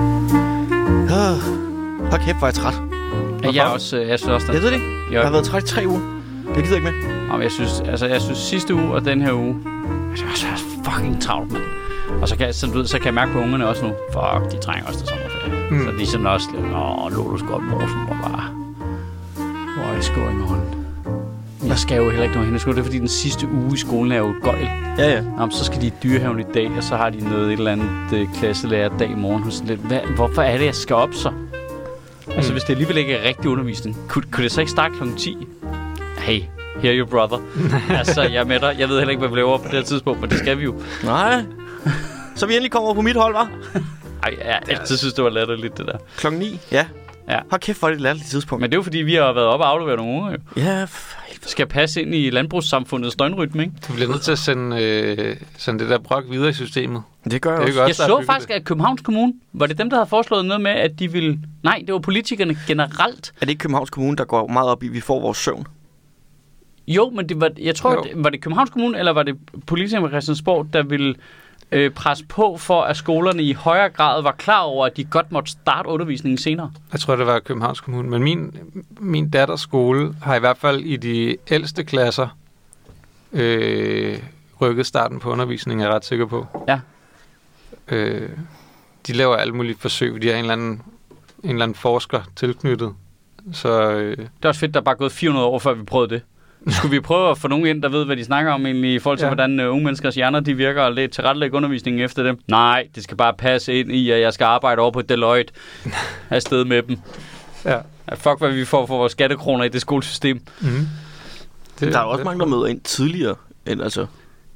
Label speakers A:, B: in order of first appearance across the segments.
A: Ah, Hold kæft, hvor er jeg træt.
B: Hvorfor? Jeg er også, øh, jeg synes også, der-
A: Jeg ved det ikke. Jeg har
B: Jeg,
A: været træt i tre uger. Jeg gider ikke mere.
B: Nå, men jeg, synes, altså, jeg synes sidste uge og den her uge, altså, jeg har også fucking travlt, mand. Og så kan, jeg, som du ved, så kan jeg mærke på ungerne også nu, fuck, de trænger også til sommerferie. Mm. Så de er sådan også lidt, åh, Lotus går op i morges, og bare, hvor er det going on? Men Jeg skal jo heller ikke nå hen i skole. Det er fordi, den sidste uge i skolen er jo et gøjl.
A: Ja, ja.
B: Nå, men så skal de i dyrehaven i dag, og så har de noget et eller andet øh, klasselærer dag i morgen. Hos lidt. Hvad, hvorfor er det, jeg skal op så? Altså, hvis det alligevel ikke er rigtig undervisning, kunne, kunne det så ikke starte kl. 10? Hey, here you brother. altså, jeg er med dig. Jeg ved heller ikke, hvad vi laver på det her tidspunkt, men det skal vi jo.
A: Nej. Så vi endelig kommer på mit hold, var?
B: Ej, jeg har altid synes, det altså- var latterligt, det der.
A: Klokken 9. Ja.
B: Ja.
A: Hold kæft, hvor er det et latterligt tidspunkt.
B: Men det er jo, fordi vi har været oppe og afleveret nogle uger, jo.
A: Ja, for helvede.
B: Skal passe ind i landbrugssamfundets døgnrytme, ikke?
C: Du bliver nødt til at sende, øh, sende det der brok videre i systemet.
A: Det gør jeg
C: Det
A: også.
C: er ikke
B: Jeg
C: os, der har
B: så
C: bygget
B: faktisk,
C: det.
B: at Københavns Kommune, var det dem, der havde foreslået noget med, at de ville... Nej, det var politikerne generelt,
A: Er det ikke Københavns Kommune, der går meget op i, at vi får vores søvn?
B: Jo, men det var, jeg tror,
C: Jo.
B: Det, var det Københavns Kommune, eller var det politikerne på Christiansborg, der ville øh, presse på for, at skolerne i højere grad var klar over, at de godt måtte starte undervisningen senere?
C: Jeg tror, det var Københavns Kommune. Men min, min datters skole har i hvert fald i de ældste klasser øh, rykket starten på undervisningen, er jeg ret sikker på.
B: Ja.
C: Øh, de laver alle mulige forsøg. De har en eller anden, en eller anden forsker tilknyttet. Så øh,
B: Det er også fedt, der er bare gået 400 år, før vi prøvede det. Skulle vi prøve at få nogen ind, der ved, hvad de snakker om egentlig, i forhold til, ja.
C: Ja.
B: hvordan øh, unge menneskers hjerner de virker, og lidt tilrettelægge undervisningen efter dem? Nej, det skal bare passe ind i, at jeg skal arbejde over på Deloitte afsted med dem.
C: ja.
B: Ja, Fuck, hvad vi får for vores skattekroner i det skolesystem.
C: Mm.
A: Det, der er jo også mange, der møder ind tidligere. End, altså.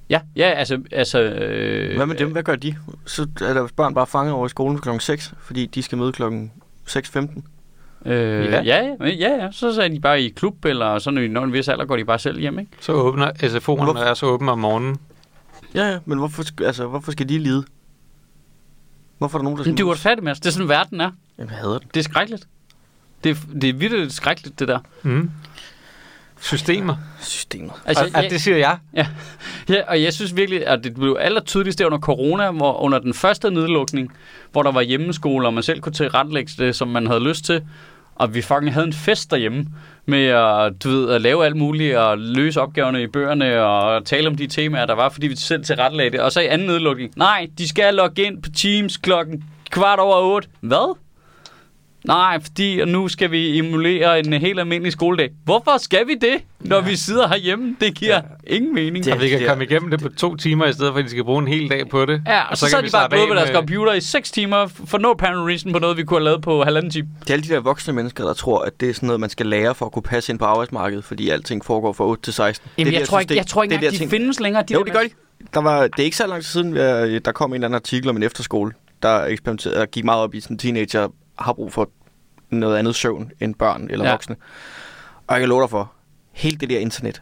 B: Ja, ja altså... altså øh,
A: Hvad med dem? Hvad gør de? Så er der børn bare fanget over i skolen klokken 6, fordi de skal møde klokken 6.15.
B: Øh, ja.
C: Ja.
B: Ja, ja, ja, så så er de bare i klub, eller sådan, når en vis alder går de bare selv hjem, ikke?
C: Så åbner SFO'erne
A: Hvorfor-
C: er så åbne om morgenen.
A: Ja, ja. Men hvorfor, sk- altså, hvorfor skal de lide? Hvorfor er der nogen, der skal
B: Men det er
A: mødes?
B: uretfærdigt, Mads. Det er sådan, verden er.
A: Jamen, jeg hader den.
B: Det er skrækkeligt. Det er, det er vildt skrækkeligt, det der.
C: Mm. Systemer.
A: Systemet.
B: Altså,
C: og, og det siger jeg.
B: Ja, og jeg synes virkelig, at det blev allertydeligst der under corona, hvor under den første nedlukning, hvor der var hjemmeskoler, og man selv kunne tilrettelægge det, som man havde lyst til, og vi fucking havde en fest derhjemme med at, du ved, at lave alt muligt, og løse opgaverne i bøgerne, og tale om de temaer, der var, fordi vi selv tilrettelagde det. Og så i anden nedlukning, nej, de skal logge ind på Teams klokken kvart over otte. Hvad? Nej, fordi nu skal vi emulere en helt almindelig skoledag. Hvorfor skal vi det, når vi sidder herhjemme? Det giver ingen mening.
C: Og vi kan komme igennem det på to timer, i stedet for at de skal bruge en hel dag på det.
B: Ja, og så, så, så
C: kan
B: er
C: vi
B: de bare
C: slappe
B: gået
C: af
B: ved deres
C: med-
B: computer i 6 timer for no apparent reason på noget, vi kunne have lavet på halvanden time.
A: Det er alle de der voksne mennesker, der tror, at det er sådan noget, man skal lære for at kunne passe ind på arbejdsmarkedet, fordi alting foregår fra 8 til 16.
B: Jamen,
A: det er
B: jeg,
A: det,
B: tror
A: synes,
B: ikke,
A: det-
B: jeg tror ikke
A: det er
B: engang,
A: det,
B: de
A: jeg tænker.
B: findes længere. De
A: jo, det gør de. Der, var, det er ikke så lang tid siden, øh, der kom en eller anden artikel om en efterskole, der, eksperimenterede, der gik meget op i, sådan teenager har brug for noget andet søvn end børn eller
B: Ja.
A: ja. voksne. Og jeg kan love dig for, hele det der internet,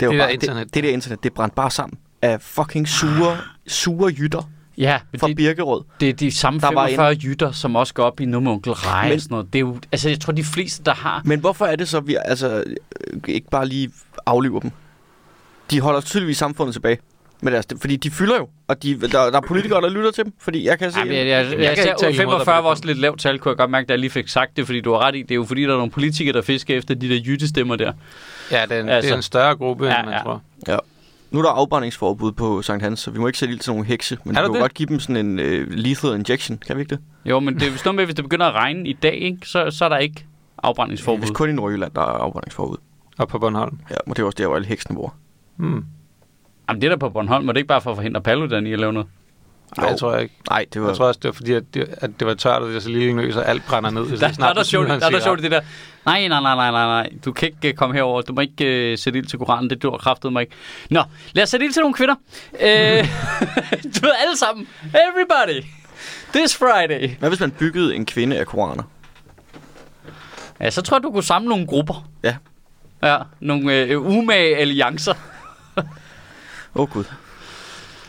A: det, var
C: Det der
A: bare,
C: internet.
A: Det, det der internet, det brændte bare sammen af fucking sure, sure jytter
B: Ja, men
A: fra
B: det,
A: Birkerød.
B: det er de samme
A: Der var
B: 45 jytter, som også går op i nu med onkel Rej
A: Men-
B: og sådan noget. Det er jo, altså, jeg tror, de fleste, der har...
A: Men hvorfor er det så, at vi altså, øh, ikke bare lige afliver dem? De holder tydeligvis samfundet tilbage. Med deres, fordi de fylder jo, og de, der, der er politikere, der lytter til dem, fordi Altså, jeg kan se...
B: Jamen, jeg, jeg, jeg,
C: kan
B: jeg,
C: ikke tale
B: jeg,
C: imod dig på
B: 45
C: det
B: var også lidt lavt tal, kunne jeg godt mærke, da jeg lige fik sagt det, fordi du har ret i. Det er jo fordi, der er nogle politikere, der fisker efter de der jyttestemmer der.
C: Ja, det er en, altså, det
B: Altså.
C: er en større gruppe,
B: Ja,
C: ja, end man
B: ja.
C: ja. tror.
A: Ja. Nu er der afbrændingsforbud på Sankt Hans, så vi må ikke sætte ild til nogle hekse, men
C: Er
A: vi
C: der
A: kan
C: det?
A: godt give dem sådan en øh, lethal injection, kan vi ikke det?
B: Jo, men det er vist noget med, hvis det begynder at regne i dag, ikke, så, så er der ikke afbrændingsforbud.
A: Hvis kun i Nordjylland, der er afbrændingsforbud.
C: Og på Bornholm.
A: Ja, men det er også der, hvor alle heksene bor.
C: Hmm.
B: Jamen, det der på Bornholm, var det ikke bare for at forhindre Paludan i at lave noget?
C: Nej,
A: Jo.
C: jeg tror jeg ikke.
A: Nej, det var...
C: Jeg tror også, det var fordi, at det, at det var tørt, og det er så lige løs, og alt brænder ned.
B: Der, der, er der, sjovt, der, er der sjovt i det der, nej, nej, nej, nej, nej, nej, du kan ikke øh, komme herover, du må ikke øh, sætte ild til Koranen, det dør kraftede mig ikke. Nå, lad os sætte ild til nogle kvinder. Øh, du ved, alle sammen, everybody, this Friday.
A: Hvad hvis man byggede en kvinde af koraner?
B: Ja, så tror jeg, du kunne samle nogle grupper.
A: Ja.
B: Ja, nogle øh, umage alliancer.
A: Åh oh, gud.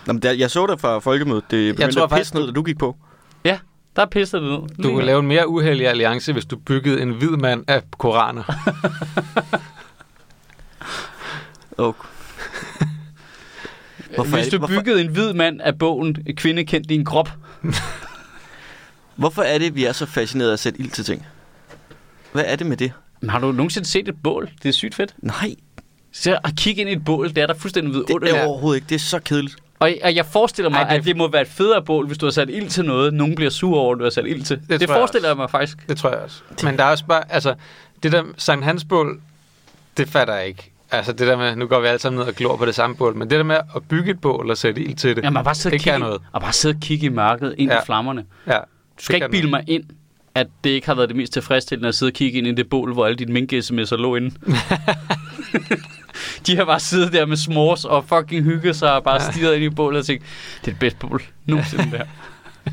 A: Nå, men der, jeg så dig fra folkemødet, det begyndte
C: tror
A: at pisse
C: faktisk,
A: ned, da du gik på.
B: Ja, der pisser det ned.
C: Du kunne lave en mere uheldig alliance, hvis du byggede en hvid mand af koraner.
A: Okay. Hvorfor er
B: Hvis
A: det-
B: du
A: hvorfor-
B: byggede en hvid mand af bogen Kvinde kendt din krop,
A: Hvorfor er det, vi er så fascineret af at sætte ild til ting? Hvad er det med det?
B: Men har du nogensinde set et bål? Det er sygt fedt.
A: Nej,
B: Så at kigge ind i et bål, det er der fuldstændig
A: det
B: vidunderligt.
A: er overhovedet ikke. Det er så kedeligt.
B: Og, og jeg forestiller mig,
C: Ej,
B: Ej,
C: det
B: det...
C: er-
B: at det må være et federe bål, hvis du har sat ild til noget. Nogen bliver sure over, at du har sat ild til. Det, det
C: tror jeg
B: forestiller
C: også.
B: jeg mig faktisk.
C: Det tror jeg også. Men der er også bare, altså, det der Sankt Hans bål, det fatter jeg ikke. Altså det der med, nu går vi alle sammen ned og glor på det samme bål, men det der med at bygge et bål og sætte ild til det,
B: Jamen, bare sidde og
C: det kan
B: kigge,
C: noget.
B: Og bare sidde og kigge i mørket ind ja.
C: Ja.
B: i flammerne.
C: Ja,
B: Du skal ikke bilde mig ind, at det ikke har været det mest tilfredsstillende at sidde og kigge ind i det bål, hvor alle dine mink-sms'er lå inde. De har bare siddet der med smores og fucking hygget sig og bare stirret ind i bålet og tænkt, det er det bedste bål nogensinde der.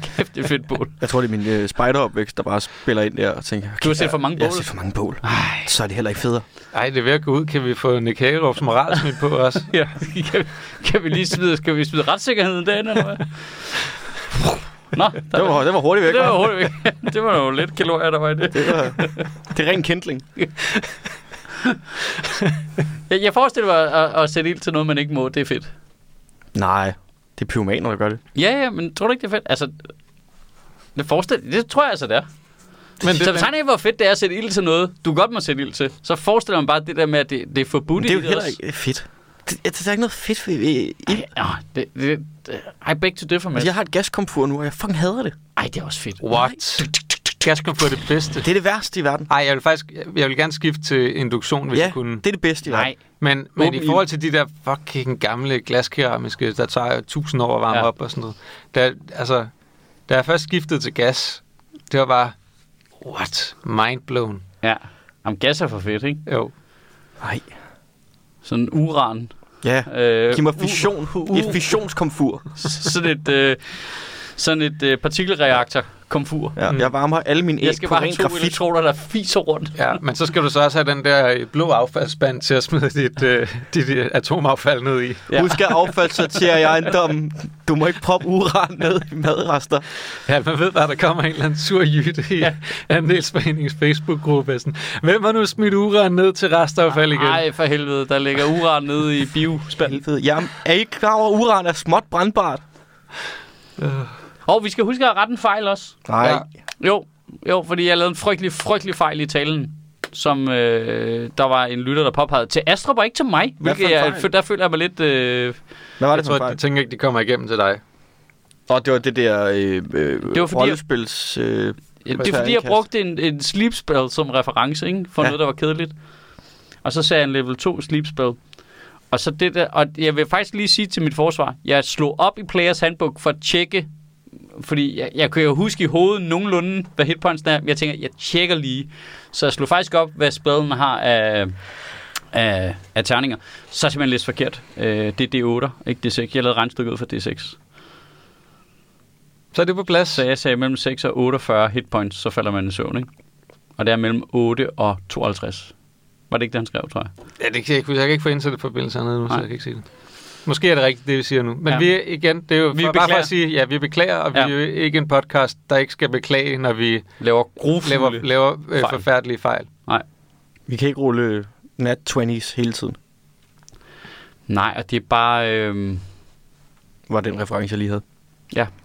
B: Kæft, det er et fedt bål.
A: Jeg tror, det er min øh, spideropvækst, der bare spiller ind der og tænker...
B: Du har set for mange
A: Jeg
B: bål.
A: har set for mange bål. Så er det heller ikke federe.
C: Ej, det er ved at gå ud. Kan vi få Nick Hagerup's moralsmid på os?
B: Ja, kan, kan vi lige smide, skal vi smide retssikkerheden derinde, eller hvad? Nå, der,
A: Det var, det var hurtigt væk.
B: det var hurtigt væk. Det var jo lidt kalorier, der var i det.
A: det, var, det er ren kendtling.
B: Jeg, jeg forestiller mig at, at, at, sætte ild til noget, man ikke må. Det er fedt.
A: Nej, det er pyromaner, der gør det.
B: Ja, ja, men tror du ikke, det er fedt? Altså, det, forestil, det tror jeg altså, det er. Men
C: Men
B: det, så
C: det-
B: tegn af, hvor fedt det er at sætte ild til noget, du godt må sætte ild til. Så forestiller man bare det der med, at det, det er
A: Men
B: forbudt
A: det er
B: i
A: jo heller ikke fedt. Det, det er ikke noget fedt ved ved ild.
B: Ej, åh, det, det, det, I beg to differ, Mads.
A: Altså, jeg har et gaskomfur nu, og jeg fucking hader det.
B: Ej, det er også fedt.
C: What? Gasken få det bedste.
A: Det er det værste i verden.
C: Ej, jeg vil faktisk, jeg vil gerne skifte til induktion, hvis
A: ja,
C: jeg kunne.
A: det er det bedste i verden.
B: Nej,
C: Men, men
B: Åben
C: i forhold til de der fucking gamle glaskeramiske, der tager jo tusind år at varme
B: Ja.
C: ja. op og sådan noget. Da, altså, da jeg først skiftede til gas, det var bare, what? Mind blown.
B: ja. Jamen, gas er for fedt, ikke?
C: Jo.
A: Nej.
B: Sådan uran.
A: Ja.
B: Øh,
A: Giv mig fission.
B: u-
A: Et fissionskomfur.
B: sådan et, øh, sådan et øh, partikelreaktor komfur.
A: Ja, jeg varmer alle mine æg
B: Mm. Jeg skal
A: på
B: bare
A: ren
B: have to
A: grafit.
B: elektroner, der fiser rundt.
C: Ja, men så skal du så også have den der øh, blå affaldsspand til at smide dit, øh, dit øh, atomaffald ned i.
A: Ja. Husk at affaldssortere i ejendommen. Du må ikke proppe uran ned i madrester.
C: Ja, man ved bare, der kommer en eller anden sur jytte i ja. andelsforeningens Facebook-gruppe. er Sådan, Hvem har nu smidt uran ned til restaffald igen?
B: Nej, for helvede, der ligger uran nede i biospanden.
A: Helvede. Jamen, er I ikke klar over, at uran er småt brandbart?
B: Og vi skal huske at rette en fejl også.
A: Nej.
C: Ja.
B: Jo, jo, fordi jeg lavede en frygtelig, frygtelig fejl i talen, som øh, der var en lytter, der påpegede til Astrup og ikke til mig.
A: for
B: Hvilket
A: en
B: jeg,
A: fejl?
B: fø- der føler jeg mig lidt... Øh,
A: Hvad var
C: Jeg
A: det for en
C: tror,
A: fejl?
C: jeg tænker ikke, de kommer igennem til dig.
A: Og det var det der øh, øh,
B: Det var fordi, jeg-
A: rollespils... Øh,
B: det er
A: Hvad
B: fordi,
A: er
B: jeg
A: indkast?
B: brugte en, en sleep spell som reference ikke? for ja.
A: Ja.
B: noget, der var kedeligt. Og så sagde jeg en level 2 sleep spell. Og, så det der, og jeg vil faktisk lige sige til mit forsvar, jeg slog op i Players Handbook for at tjekke, fordi jeg, jeg kunne jo huske i hovedet nogenlunde, hvad hitpoints er, men jeg tænker, jeg tjekker lige. Så jeg slog faktisk op, hvad spellen har af, af, af terninger. Så er jeg simpelthen læst forkert. Øh, det er D8, ikke D6. Jeg lavede regnstykket ud for D6.
C: Så er det på plads.
B: Så jeg sagde mellem 6 og 48 hitpoints, så falder man i søvn, ikke? Og det er mellem 8 og 52. Var det ikke det, han skrev, tror jeg?
C: Ja, det kan jeg ikke huske. Jeg kan ikke få indsat forbindelser hernede nu, så
B: Nej.
C: jeg kan ikke sige det. Måske er det rigtigt, det vi siger nu. Men
B: Ja.
C: ja. vi er- igen, det er jo
B: Vi
C: vi for, bare for
B: beklager.
C: at sige, ja, vi beklager, og ja.
B: Ja.
C: vi er jo ikke en podcast, der ikke skal beklage, når vi
B: Laver grufulde.
C: laver, laver øh,
B: Fejl.
C: forfærdelige fejl.
A: vi kan ikke rulle nat 20's hele tiden,
B: Nej, og det er bare... Øhm,
A: var den reference, jeg lige havde.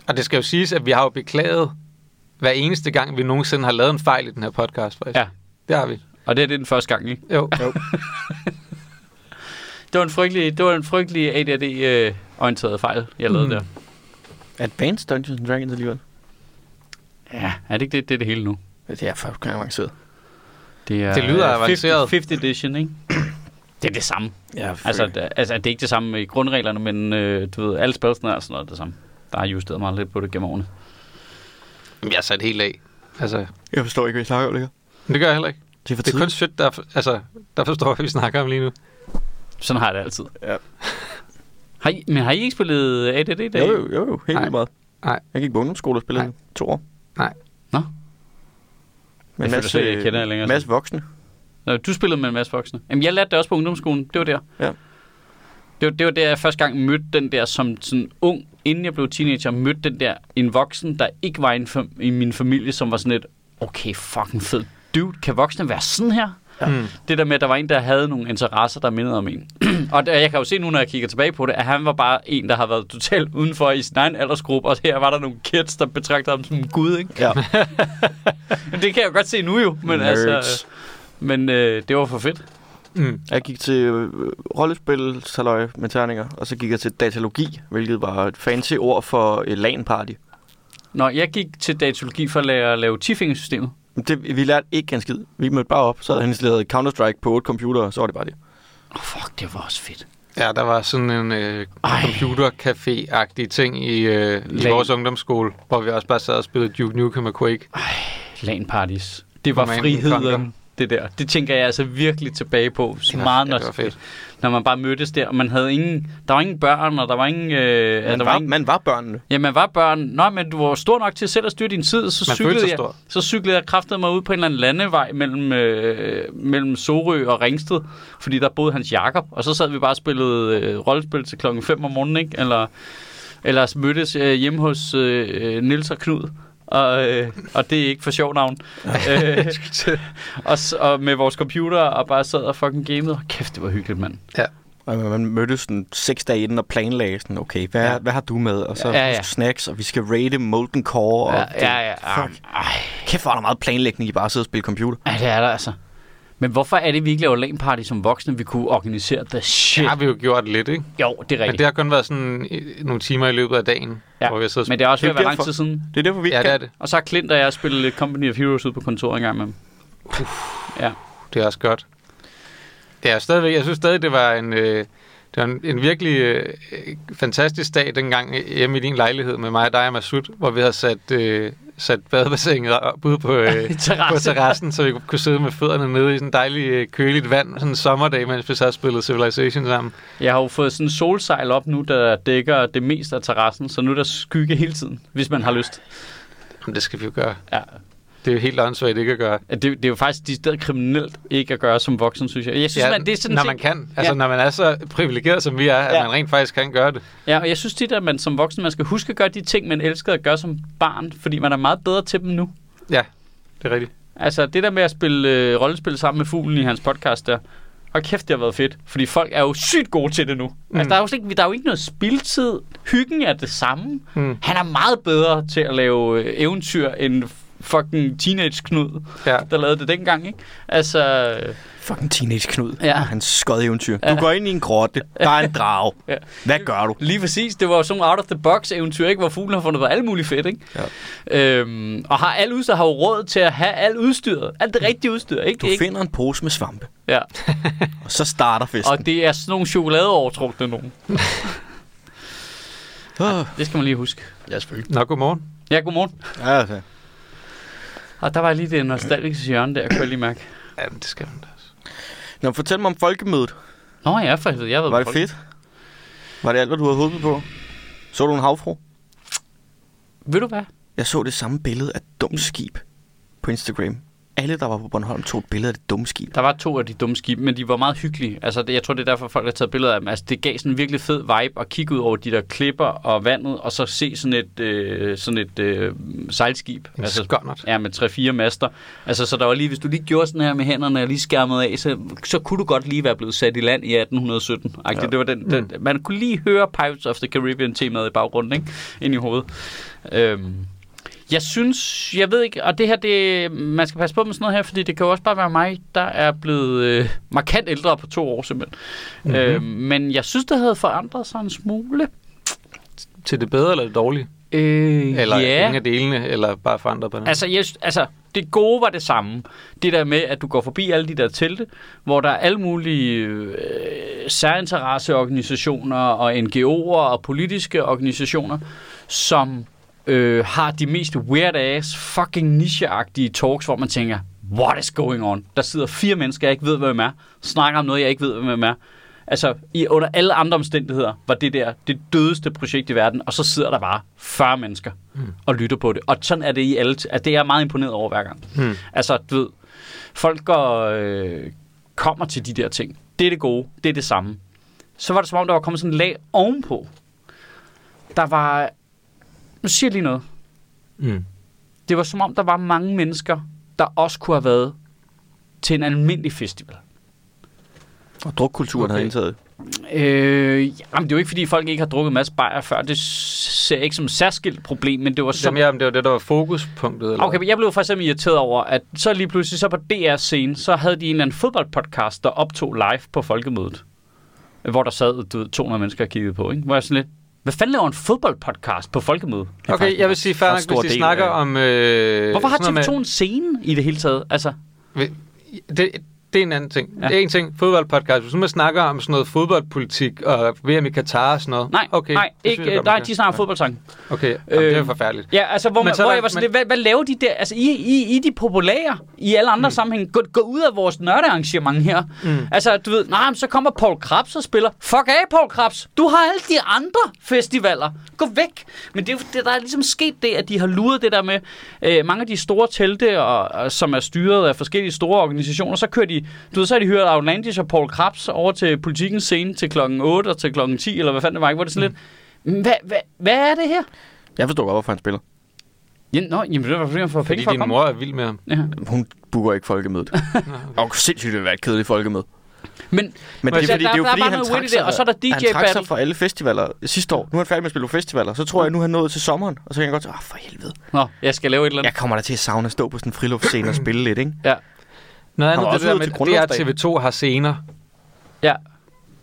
C: Og det skal jo siges, at vi har jo beklaget hver eneste gang, vi nogensinde har lavet en fejl i den her podcast, faktisk.
B: Ja.
C: Det har vi.
B: og det er det er den første gang, ikke?
C: Jo.
B: Det var en frygtelig, det var en frygtelig ADHD-orienteret øh, fejl, jeg lavede mm.
C: Mm.
B: der.
A: Advanced Dungeons and Dragons alligevel.
B: Ja, er det ikke det, det, er det hele nu?
A: Det er faktisk avanceret.
B: Det, er,
C: Det lyder
B: øh, 50
C: avanceret.
B: 50 edition, ikke? Det er det samme.
A: Ja,
B: Altså, det, altså, det er ikke det samme i grundreglerne, men øh, du ved, alle spilsene er sådan noget det samme. Der har justeret meget lidt på det gennem årene.
C: Jamen, Jeg har sat helt af. Altså,
A: jeg forstår ikke, hvad I snakker om, længere.
C: men det gør jeg heller ikke.
A: Det er for
C: Det er kun
A: tidligt.
C: sødt, der, altså, der forstår, hvad vi snakker om lige nu.
B: Sådan har jeg det altid.
A: Ja.
B: Har I, men har I ikke spillet ADD i dag?
A: Jo, jo, jo, jo. Helt
B: Nej.
A: vildt meget.
C: Nej.
A: Jeg gik på ungdomsskole og spillede
C: Nej.
A: to år.
C: Nej.
B: Nå.
A: Men
B: føler
A: masse,
B: slet ikke, jeg kender jer længere.
A: masse øh, voksne.
B: Nå, du spillede med en masse voksne. Jamen, jeg lærte det også på ungdomsskolen. Det var der.
A: Ja.
B: Det var, det var der, jeg første gang mødte den der som sådan ung, inden jeg blev teenager, mødte den der en voksen, der ikke var i en fam- i min familie, som var sådan et, okay, fucking fed dude, kan voksne være sådan her?
C: Ja. Mm.
B: Det der med, at der var en, der havde nogle interesser, der mindede om en. og der, jeg kan jo se nu, når jeg kigger tilbage på det, at han var bare en, der har været totalt udenfor i sin egen aldersgruppe, og her var der nogle kids, der betragtede ham som en gud, ikke?
A: Ja.
B: Det kan jeg jo godt se nu jo, men Nerds. altså... Men øh, det var for fedt.
C: Mm.
A: Jeg gik til øh, rollespil, saløj med terninger, og så gik jeg til datalogi, hvilket var et fancy ord for øh, LAN-party.
B: Nå, jeg gik til datalogi for at lære at lave tifingersystemet.
A: Det, vi lærte ikke en skid. Vi mødte bare op, så havde han installeret Counter-Strike på otte computere, og så var det bare det.
B: Oh, fuck, det var også fedt.
C: Ja, der var sådan en øh, computercafé-agtig ting i, øh, i
B: Lag.
C: vores ungdomsskole, hvor vi også bare sad og spillede Duke Nukem og Quake.
B: LAN parties. Det var
C: Command and Conquer.
B: friheden, det der. Det tænker jeg altså virkelig tilbage på. Så
C: var-
B: meget,
C: ja,
B: når,
C: det var
B: når man bare mødtes der, og man havde ingen... Der var ingen børn, og der var ingen... Øh,
A: Man,
B: der
A: var,
B: var ingen
A: man var børnene.
B: Ja, man var børn. Nå, men du var stor nok til selv at styre din tid, så
C: Man følte
B: cyklede
C: sig
B: jeg,
C: stor.
B: så cyklede jeg kraftede mig ud på en eller anden landevej mellem, øh, mellem Sorø og Ringsted, fordi der boede hans Jakob, og så sad vi bare og spillede øh, rollespil til klokken 5 om morgenen, ikke? Eller, eller mødtes øh, hjemme hos øh, øh, Nils og Knud. Og, øh, og det er ikke for sjov navn. øh, og, s- og med vores computer og bare sad og fucking gamede. Kæft, det var hyggeligt, mand.
A: Og man, man mødtes sådan seks dage inden og planlagde sådan, okay, hvad,
B: Ja.
A: ja. hvad har du med? Og så
B: Ja,
A: ja,
B: ja.
A: ja. snacks, og vi skal rate Molten Core. Og det,
B: ja, ja. ja.
A: Fuck. Kæft, hvor er der meget planlægning i bare at sidde og spille computer.
B: Ja, det er der altså. Men hvorfor er det, vi ikke laver LAN-party som voksne? Vi kunne organisere the shit.
C: Det har
B: Ja.
C: vi jo gjort lidt, ikke?
B: Jo, det er
C: Men
B: rigtigt.
C: det har kun været sådan øh, nogle timer i løbet af dagen,
B: Ja,
C: ja. hvor vi har siddet og
B: Men det er også
A: Det
B: ved
A: er
B: at være lang
A: derfor.
B: tid siden.
A: Det er derfor, vi ikke
C: Ja,
A: kan.
C: det er det.
B: Og så har Clint og jeg spillet lidt Company of Heroes ude på kontoret engang med ham.
C: Det er også godt. Det er stadigvæk, jeg synes stadig, det var en, øh, det var en, en virkelig øh, fantastisk dag dengang hjemme i din lejlighed med mig og dig og Masud, hvor vi havde sat, øh, sat badebassinet op ude på, øh, på
B: Terrasse.
C: terrassen, så vi kunne sidde med fødderne nede i sådan dejlig øh, køligt vand, sådan en sommerdag, mens vi så spillede Civilization sammen.
B: Jeg har jo fået sådan en solsejl op nu, der dækker det meste af terrassen, så nu er der skygge hele tiden, hvis man har lyst.
C: Jamen, det skal vi jo gøre.
B: Ja.
C: Det er jo helt åndssvagt ikke at gøre.
B: Det, det er jo faktisk de steder kriminelt ikke at gøre som voksen, synes jeg. Jeg synes, ja, man, det er sådan
C: når
B: set-
C: man kan. Altså,
B: Ja.
C: når man er så privilegeret, som vi er, at
B: Ja.
C: ja. man rent faktisk kan gøre det.
B: Ja, og jeg synes tit, at man som voksen, man skal huske at gøre de ting, man elskede at gøre som barn, fordi man er meget bedre til dem nu.
C: Ja, det er rigtigt.
B: Altså, det der med at spille øh, rollespil sammen med fuglen i hans podcast der, og kæft, det har været fedt, fordi folk er jo sygt gode til det nu. Mm. Altså,
C: Mm.
B: der er, jo slet ikke, der er jo ikke noget spildtid. Hyggen er det samme.
C: Mm.
B: Han er meget bedre til at lave øh, eventyr end fucking teenage-knud,
C: Ja.
B: der lavede det dengang, ikke? Altså,
A: Fucking teenage Knud.
B: Ja.
A: Ja. Han skød eventyr. Du går ind i en grotte. Der er en drage.
B: Ja.
A: ja. Hvad gør du?
B: lige præcis, det var jo sådan nogle out-of-the-box-eventyr, ikke? Hvor fuglen har fundet på alt muligt fedt, ikke? Ja. Øhm, og har alt udstyr, har jo råd til at have alt udstyret. Alt det rigtige udstyr, ikke?
A: Du
B: Det er ikke?
A: finder en pose med svampe,
B: Ja.
A: og så starter festen.
B: Og det er sådan nogle chokoladeovertrukne nogen.
C: Ah.
A: Åh.
B: Det skal man lige huske.
A: Ja, selvfølgelig.
C: Nå, godmorgen.
B: Ja, godmorgen.
A: Ja, altså.
B: Og der var lige det nostalgiske hjørne der, kunne jeg lige mærke.
C: Ja, det skal man da.
A: Nå, fortæl mig om folkemødet.
B: Nå ja, for helvede, jeg ved
A: Var det fedt? Var det alt, hvad du havde håbet på? Så du en havfru?
B: Ved du hvad?
A: Jeg så det samme billede af et dumt skib på Instagram. Alle, der var på Bornholm, tog et billede af det dumme skib.
B: Der var to af de dumme skibe, men de var meget hyggelige. Altså, det, jeg tror, det er derfor, folk har taget billeder af dem. Altså, det gav sådan en virkelig fed vibe at kigge ud over de der klipper og vandet, og så se sådan et, øh, sådan et øh, sejlskib.
C: En
B: altså,
C: skåndert.
B: Ja, med 3-4 master. Altså, så der var lige, hvis du lige gjorde sådan her med hænderne og lige skærmede af, så, så kunne du godt lige være blevet sat i land i 1817. Ja. Det var den, den, man kunne lige høre Pirates of the Caribbean temaet i baggrunden, ikke? Ind i hovedet. Øhm. Jeg synes, jeg ved ikke, og det her, det, man skal passe på med sådan noget her, fordi det kan jo også bare være mig, der er blevet øh, markant ældre på to år simpelthen. Mm-hmm. Øh, men jeg synes, det havde forandret sig en smule.
C: Til det bedre eller det dårlige?
B: Øh,
C: Eller
B: ja.
C: ingen af delene, eller bare forandret på den?
B: Altså, jeg, synes- altså, det gode var det samme. Det der med, at du går forbi alle de der telte, hvor der er alle mulige øh, særinteresseorganisationer og NGO'er og politiske organisationer, som øh, har de mest weird-ass, fucking nicheagtige talks, hvor man tænker, what is going on? Der sidder fire mennesker, jeg ikke ved, hvem er, snakker om noget, jeg ikke ved, hvem er. Altså, i, under alle andre omstændigheder var det der det dødeste projekt i verden, og så sidder der bare 40 mennesker mm. og lytter på det. Og sådan er det i alle... T- at det er jeg meget imponeret over hver gang.
C: Mm.
B: Altså, du ved, folk går, øh, kommer til de der ting. Det er det gode. Det er det samme. Så var det som om, der var kommet sådan en lag ovenpå. Der var... Nu siger jeg lige noget.
C: Mm.
B: Det var som om, der var mange mennesker, der også kunne have været til en almindelig festival.
A: Og drukkulturen okay. havde
C: Okay.
A: indtaget
B: Øh, jamen, det er jo ikke, fordi folk ikke har drukket en masse bajer før. Det ser jeg ikke som et særskilt problem, men det var
C: Så
B: som...
C: mere om det var det, der var fokuspunktet. Eller?
B: Okay, men jeg blev for eksempel irriteret over, at så lige pludselig, så på DR scene, så havde de en eller anden fodboldpodcast, der optog live på folkemødet. Hvor der sad du ved, 200 mennesker og kiggede på, ikke? Hvor jeg sådan lidt, hvad fanden laver en fodboldpodcast på folkemødet?
C: okay, okay jeg vil sige fair
D: ret
C: nok,
D: stor
C: hvis de
D: del
C: snakker
D: af-
C: om... Øh,
B: Hvorfor har
C: sådan noget med-
B: TV2 en scene i det hele taget? Altså,
C: Det, det er en anden ting.
B: Ja.
C: Ja. Det er en ting. Fodboldpodcast. Hvis nu man snakker om sådan noget fodboldpolitik og VM i Katar og sådan noget.
B: nej, okay,
C: okay,
B: nej,
C: det
B: ikke,
C: synes jeg
B: øh,
C: godt,
B: nej,
C: man
B: de
C: kan.
B: snakker fodboldsange.
C: Okay, Jamen, det er
B: Øh,
C: forfærdeligt.
B: Ja, altså, hvor,
C: Men
B: man,
C: så er
B: hvor
C: der-
B: jeg var sådan,
C: men-
B: lidt, hvad, hvad laver de der? Altså, I, I, I er de populære i alle andre mm. sammenhænge. Gå, gå ud af vores nørdearrangement her. Mm. Altså, du ved, nej, men så kommer Paul Krabs og spiller. Fuck af, Paul Krabs. Du har alle de andre festivaler. Gå væk. Men det, er jo- det der er ligesom sket det, at de har luret det der med øh, mange af de store telte, og, og, som er styret af forskellige store organisationer. Så kører de, du ved, så har de hørt Outlandish og Paul Krabs over til politikens scene til klokken 8 og til klokken 10, eller hvad fanden det var, ikke? Hvor det er sådan mm. lidt, hvad, hvad, hvad er det her?
A: Jeg forstår godt, hvorfor han spiller.
B: Ja, nå, jamen det var fordi, han får
C: Fordi
B: penge for at
C: din
B: komme.
C: mor er vild med ham.
B: Ja.
A: Hun booker ikke folkemødet. Og sindssygt, det ville være et kedeligt folkemøde.
B: Men
A: Men det er
B: Altså, der-
A: fordi, det er jo
B: der er
A: fordi,
B: bare
A: han
B: noget
A: trak
B: weird i det,
A: sig,
B: og så er der DJ
A: han trak
B: battle. Mm.
A: sig fra alle festivaler sidste år. Nu er han færdig med at spille på festivaler. Så tror jeg, nu han nået til sommeren. Og så kan jeg godt sige, åh for helvede.
B: Nå, jeg skal lave et eller andet.
A: Jeg kommer da til at savne at stå på sådan en friluftsscene
B: Mm.
A: og spille lidt, ikke?
B: Ja.
C: Noget
A: Han var
C: andet, det
A: også
C: der
A: ude
C: med,
A: til
C: det er, at
A: grundlovsdagen.
C: TV2 har scener.
B: Ja.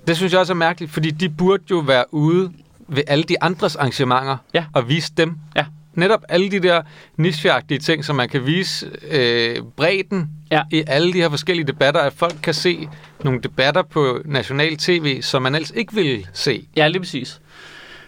C: Det synes jeg også er mærkeligt, fordi de burde jo være ude ved alle de andres arrangementer
B: Ja.
C: og vise dem.
B: Ja.
C: Netop alle de der nicheagtige ting, som man kan vise øh, bredden
B: Ja.
C: i alle de her forskellige debatter, at folk kan se nogle debatter på national tv, som man ellers ikke ville se.
B: ja, lige præcis.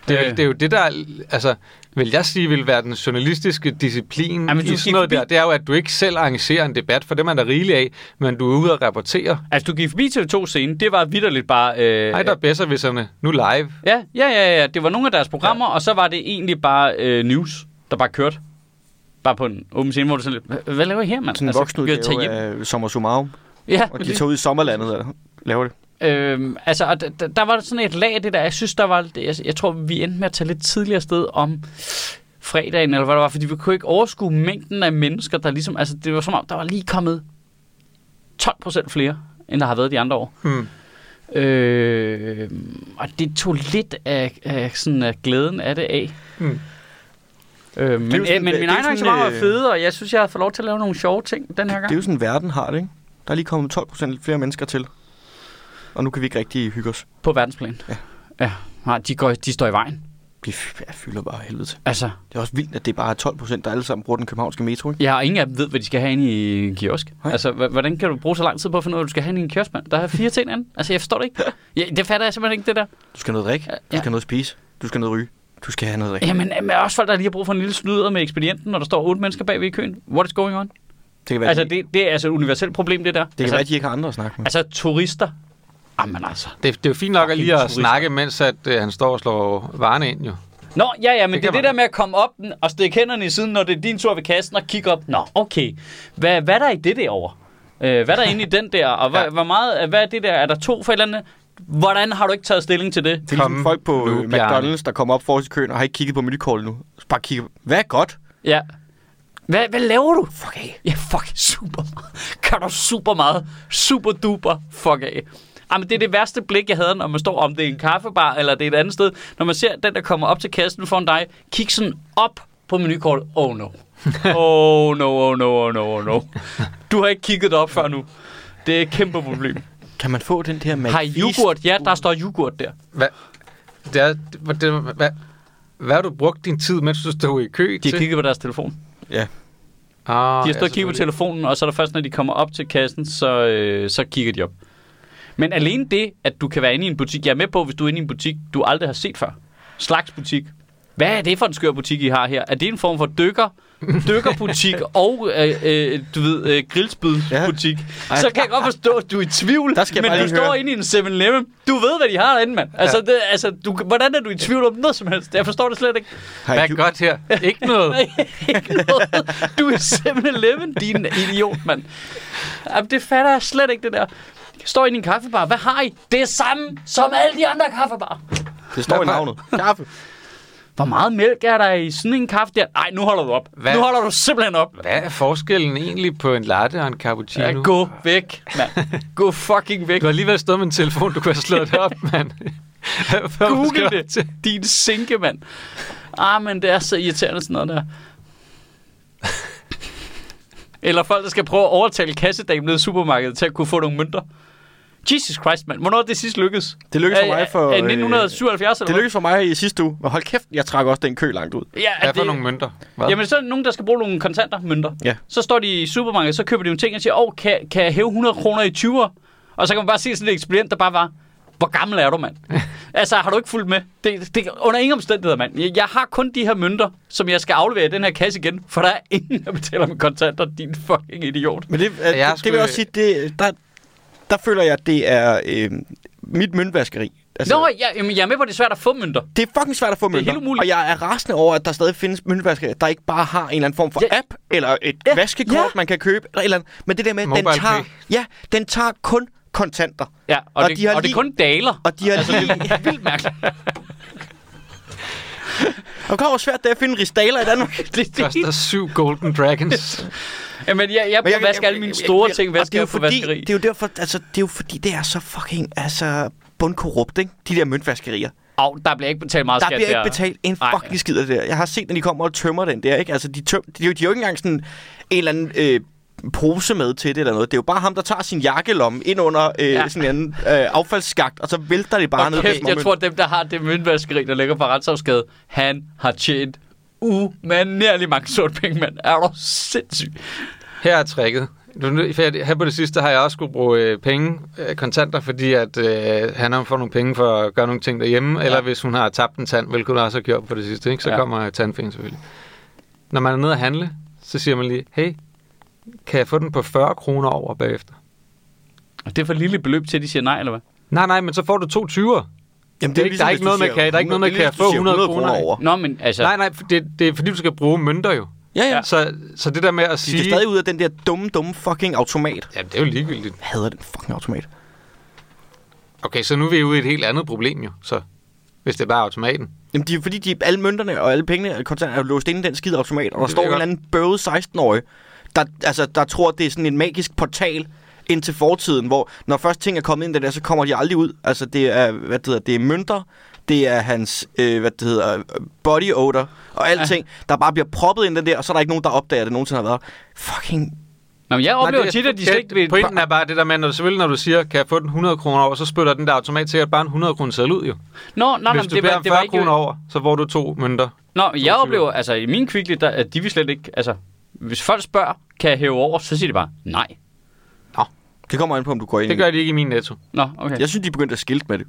C: Det er,
B: Øh.
C: øh. det er jo det, der er- altså, vil jeg sige, vil være den journalistiske disciplin
B: Ja, men du
C: i
B: gik
C: sådan noget
B: forbi-
C: der. Det er jo, at du ikke selv arrangerer en debat, for det er man da rigeligt af, men du er ude og rapportere.
B: Altså, du gik forbi TV2 scene, det var vidderligt bare... Øh,
C: Ej, der er bedservisserne. Nu live.
B: ja, ja, ja, ja, det var nogle af deres programmer, ja. og så var det egentlig bare øh, news, der bare kørte. Bare på en åben scene, hvor du sådan lidt, "Hva- hvad laver I her, mand?
A: Sådan en
B: Altså, vi kan tage
A: voksenudgave
B: hjem.
A: af Sommer Sumarum.
B: Ja,
A: Og de tager ud i sommerlandet og laver det.
B: Øhm, altså, og d- d- der var sådan et lag af det der, jeg synes, der var, jeg, jeg tror, vi endte med at tage lidt tidligere sted om fredagen, eller hvad det var, fordi vi kunne ikke overskue mængden af mennesker, der ligesom, altså det var som om, der var lige kommet 12 procent flere, end der har været de andre år.
C: Hmm.
B: Øh, og det tog lidt af, af sådan af glæden af det af.
C: Mm.
B: Øh, men,
A: jo sådan-
B: sådan, men
A: det er
B: mine
A: jo
B: egne
A: sådan,
B: arrangementer var
A: øh,
B: fede, og jeg synes, jeg har fået lov til at lave nogle sjove ting den her
A: Det
B: gang.
A: er jo sådan, verden har det, ikke? Der er lige kommet 12 procent flere mennesker til. Og nu kan vi ikke rigtig hygge os.
B: På verdensplan. Ja. ja. Nej, de, går, de står i vejen.
A: Vi f- jeg fylder bare af helvede til.
B: Altså,
A: Det er også vildt, at det bare er 12 procent, der alle sammen bruger den københavnske metro, ikke?
B: Jeg har ingen af dem ved, hvad de skal have inde i en kiosk.
A: Nej.
B: Altså, h- hvordan kan du bruge så lang tid på at finde ud af, hvad du skal have inde i en kiosk, mand? Der er fire ting anden. Altså, jeg forstår det ikke. Ja, det fatter jeg simpelthen ikke, det der.
A: Du skal have noget drikke, du
B: Ja.
A: skal have noget at spise, du skal have noget at ryge, du skal have noget at drikke.
B: Jamen, øh, men også folk, der lige har brug for en lille snyder med ekspedienten, når der står otte mennesker bagved i køen. What is going on?
A: Det kan være,
B: Altså,
A: de, det,
B: det, det er altså et universelt problem, det der.
A: kan
B: altså,
A: være, at de ikke har andre at snakke med.
B: altså, turister. Jamen altså.
C: Det, det er jo fint nok at lige at
B: turister.
C: snakke, mens at, øh, han står og slår varerne ind, jo.
B: Nå, ja, ja, men det,
C: Det
B: det er det
C: kan man
B: der
C: godt.
B: med at komme op den og stikke hænderne i siden, når det er din tur ved kassen og kigge op. Nå, okay. Hvad, hvad er der i det derovre? Øh, hvad er der inde i den der? Og hvad, ja.
C: Ja.
B: hvor meget, hvad er det der? Er der to for et eller andet? Hvordan har du ikke taget stilling til det?
A: Det er ligesom
C: Kom
A: folk på
C: nu,
A: øh,
C: Bjarne.
A: McDonald's, der kommer op forrest i køen og har ikke kigget på menukortet nu. Så bare kigger, hvad er godt?
B: Ja. Hvad, hvad laver du? Fuck af. Ja, fuck super. Kan du super meget. Super duper. Fuck af. Jamen, det er det værste blik, jeg havde, når man står, om det er en kaffebar eller det er et andet sted. Når man ser den, der kommer op til kassen foran dig, kig sådan op på menukortet. Oh no. Oh no, oh no, oh no, oh no. Du har ikke kigget det op før nu. Det er et kæmpe problem.
A: Kan man få den der
B: Har I
A: McFeast?
B: yoghurt? Ja, der står yoghurt der.
C: Hvad, det er, det, det, hvad, hvad har du brugt din tid, mens du stod i kø
B: De
C: til?
B: har kigget på deres telefon.
A: Ja.
B: De
C: Ah,
B: har stået og
A: Altså,
C: ja,
B: kigget på telefonen, og så er det først, når de kommer op til kassen, så, øh, så kigger de op. Men alene det, at du kan være inde i en butik, jeg er med på, hvis du er inde i en butik, du aldrig har set før. Slags butik. Hvad er det for en skør butik, I har her? Er det en form for dykker, dykkerbutik og øh, øh, du ved, øh, grillspydbutik? Ja.
A: Ej.
B: Så kan jeg godt forstå, at du er i tvivl,
A: Der skal jeg
B: men
A: bare
B: du
A: lige
B: står
A: høre.
B: inde i en 7-Eleven. Du ved, hvad de har derinde, mand. Altså, det, altså du, hvordan er du i tvivl om noget som helst? Jeg forstår det slet ikke.
A: Har I
C: selvfølgelig.
A: ju-
C: Hvad er godt her? Ikke noget.
B: Ikke noget. Du er 7-Eleven, din idiot, mand. Jamen, det fatter jeg slet ikke, det der. Jeg står i din kaffebar. Hvad har I? Det er samme som alle de andre kaffebarer.
A: Det står i navnet. Kaffe.
B: hvor meget mælk er der i sådan en kaffe der? Nej, nu holder du op. Hvad?
C: Hvad?
B: Nu holder du simpelthen op.
C: Hvad er forskellen egentlig på en latte og en cappuccino?
B: Ja, gå væk, mand. Gå fucking væk.
C: Du har alligevel stået med en telefon, du kunne have slået det op, mand. Hvorfor skal
B: Google
C: du
B: det.
C: til-
B: Din sinke, mand. Ah, men det er så irriterende sådan noget der. Eller folk, der skal prøve at overtale kassedamen nede i supermarkedet til at kunne få nogle mønter. Jesus Christ, mand. Hvornår er det sidst lykkes?
A: Det lykkedes for mig for...
B: Er, er
A: øh,
B: 1977 eller
A: Det
B: hvad?
A: lykkedes for mig i sidste uge. Og hold kæft, jeg trak også den kø langt ud.
B: Ja,
C: Hvad
B: er
C: for
B: det...
C: nogle mønter? Hvad?
B: Jamen, så er der nogen, der skal bruge nogle kontanter, mønter.
A: Ja.
B: Så står de i supermarkedet, så køber de nogle ting og siger, åh, kan, kan jeg hæve 100 kroner i 20'er? Og så kan man bare se sådan en ekspedient, der bare var, hvor gammel er du, mand? altså, har du ikke fulgt med? Det, det, under ingen omstændigheder, mand. Jeg, jeg har kun de her mønter, som jeg skal aflevere i den her kasse igen, for der er ingen, der betaler med kontanter, din fucking idiot.
A: Men det, øh,
C: jeg
A: det, det vil
C: skulle-
A: jeg også sige, det, der, der føler jeg, at det er øh, mit møntvaskeri.
B: Altså, Nå, jeg, jamen, jeg er med på, at det er svært at få mønter.
A: Det er fucking svært at få
B: er
A: mønter.
B: helt umuligt.
A: Og jeg er rasende over, at der stadig findes møntvaskere, der ikke bare har en eller anden form for
B: Ja.
A: ja. app, eller et
B: Ja.
A: ja. vaskekort,
B: Ja.
A: ja. man kan købe, eller, et eller andet. Men det der med, at den
C: MobilePay.
A: tager, ja, den tager kun kontanter.
B: Ja, og,
A: Og
B: og, det,
A: de
B: de
A: har
B: og det er
A: lige-
B: kun daler.
A: Og de har
B: altså,
A: lige...
B: det er vildt mærkeligt.
A: Og hvor svært det er at finde ristaler i Danmark.
B: det,
C: Det
B: det,
C: koster syv Golden Dragons.
B: jamen, jeg, jeg, jeg, vasker alle mine store ting,
A: vasker
B: vasker
A: det er jo fordi,
B: jeg på vaskeri.
A: Det er jo derfor, altså, det er jo fordi, det er så fucking, altså, bundkorrupt, ikke? De der møntvaskerier.
B: Au, der bliver ikke betalt meget
A: Der
B: skat
A: bliver ikke betalt en
B: Nej.
A: fucking skid af det der. Jeg har set, når de kommer og tømmer den der, ikke? Altså, de, tøm, de, er jo- de er jo ikke engang sådan en eller anden øh, pose med til det eller noget. Det er jo bare ham, der tager sin jakkelomme ind under øh,
B: Ja.
A: ja. sådan en anden øh, affaldsskagt, og så vælter det bare
B: Og
A: okay, ned på
B: kæft,
A: små
B: jeg
A: mønt.
B: tror, dem, der har det møntvaskeri, der ligger på retsafskade, han har tjent umanerlig mange sorte penge, mand. Er du sindssyg?
C: Her er tricket. Nu- nu- for jeg- Her på det sidste har jeg også skulle bruge øh, penge, øh, kontanter, fordi at øh, han har fået nogle penge for at gøre nogle ting derhjemme, ja. eller hvis hun har tabt en tand, hvilket hun også har gjort på det sidste, ikke? så
B: Ja.
C: ja. kommer tandfingen selvfølgelig. Når man er nede at handle, så siger man lige, hey, kan jeg få den på 40 kroner over bagefter?
B: Og det er for lille beløb til, at de siger nej, eller hvad?
C: Nej, nej, men så får du to 20'er.
A: Jamen, ligesom,
C: det er ikke- der er
A: hvis
C: ikke
A: du
C: noget med
A: ligesom, siger
C: kage, der er ikke noget med
A: 100
C: kage, få 100 kroner.
A: over.
B: Nå, men altså...
C: Nej, nej, for det, det er fordi, du skal bruge mønter jo.
A: Ja, ja.
C: Så, så det der med at
A: De skal
C: sige...
A: stadig ud af den der dumme, dumme fucking automat.
C: Jamen, det er jo ligegyldigt.
A: Jeg hader den fucking automat.
C: Okay, så nu er vi ude i et helt andet problem jo, så. Hvis det er bare automaten.
A: Jamen, de, fordi de, alle mønterne og alle pengene og kontanter er jo låst inde i den skide automat, og der
C: Det
A: står
C: ved
A: en
C: jeg
A: eller anden bøvet 16-årig, der, altså, der tror, det er sådan en magisk portal ind til fortiden, hvor når først ting er kommet ind i det der, så kommer de aldrig ud. Altså, det er, hvad det hedder, det er mønter, det er hans, øh, hvad det hedder, øh, body odor og alting, der bare bliver proppet ind i den der, og så er der ikke nogen, der opdager, at det nogensinde har været. der. Fucking...
B: Nå, men jeg oplever
C: det er-
B: tit, at de slet ikke
C: det-
B: vil...
C: Pointen er bare det der med, når du, selvfølgelig når du siger, kan jeg få den 100 kroner over, så spytter den der automat sikkert bare en 100 kroner seddel ud jo.
B: Nå, nej, nej,
C: Hvis
B: men
C: du
B: det
C: beder
B: var,
C: om
B: det var
C: 40
B: ikke...
C: kroner over, så får du to mønter.
B: Nå, men jeg
C: typer.
B: oplever, altså i min kvikle, der, at de vil slet ikke... Altså, hvis folk spørger, kan jeg hæve over, så siger de bare nej.
A: Det kommer an på, om du går ind
C: Det
A: i
C: gør de ikke i min netto.
B: Nå, okay.
A: Jeg synes, de er begyndt at skilte med det.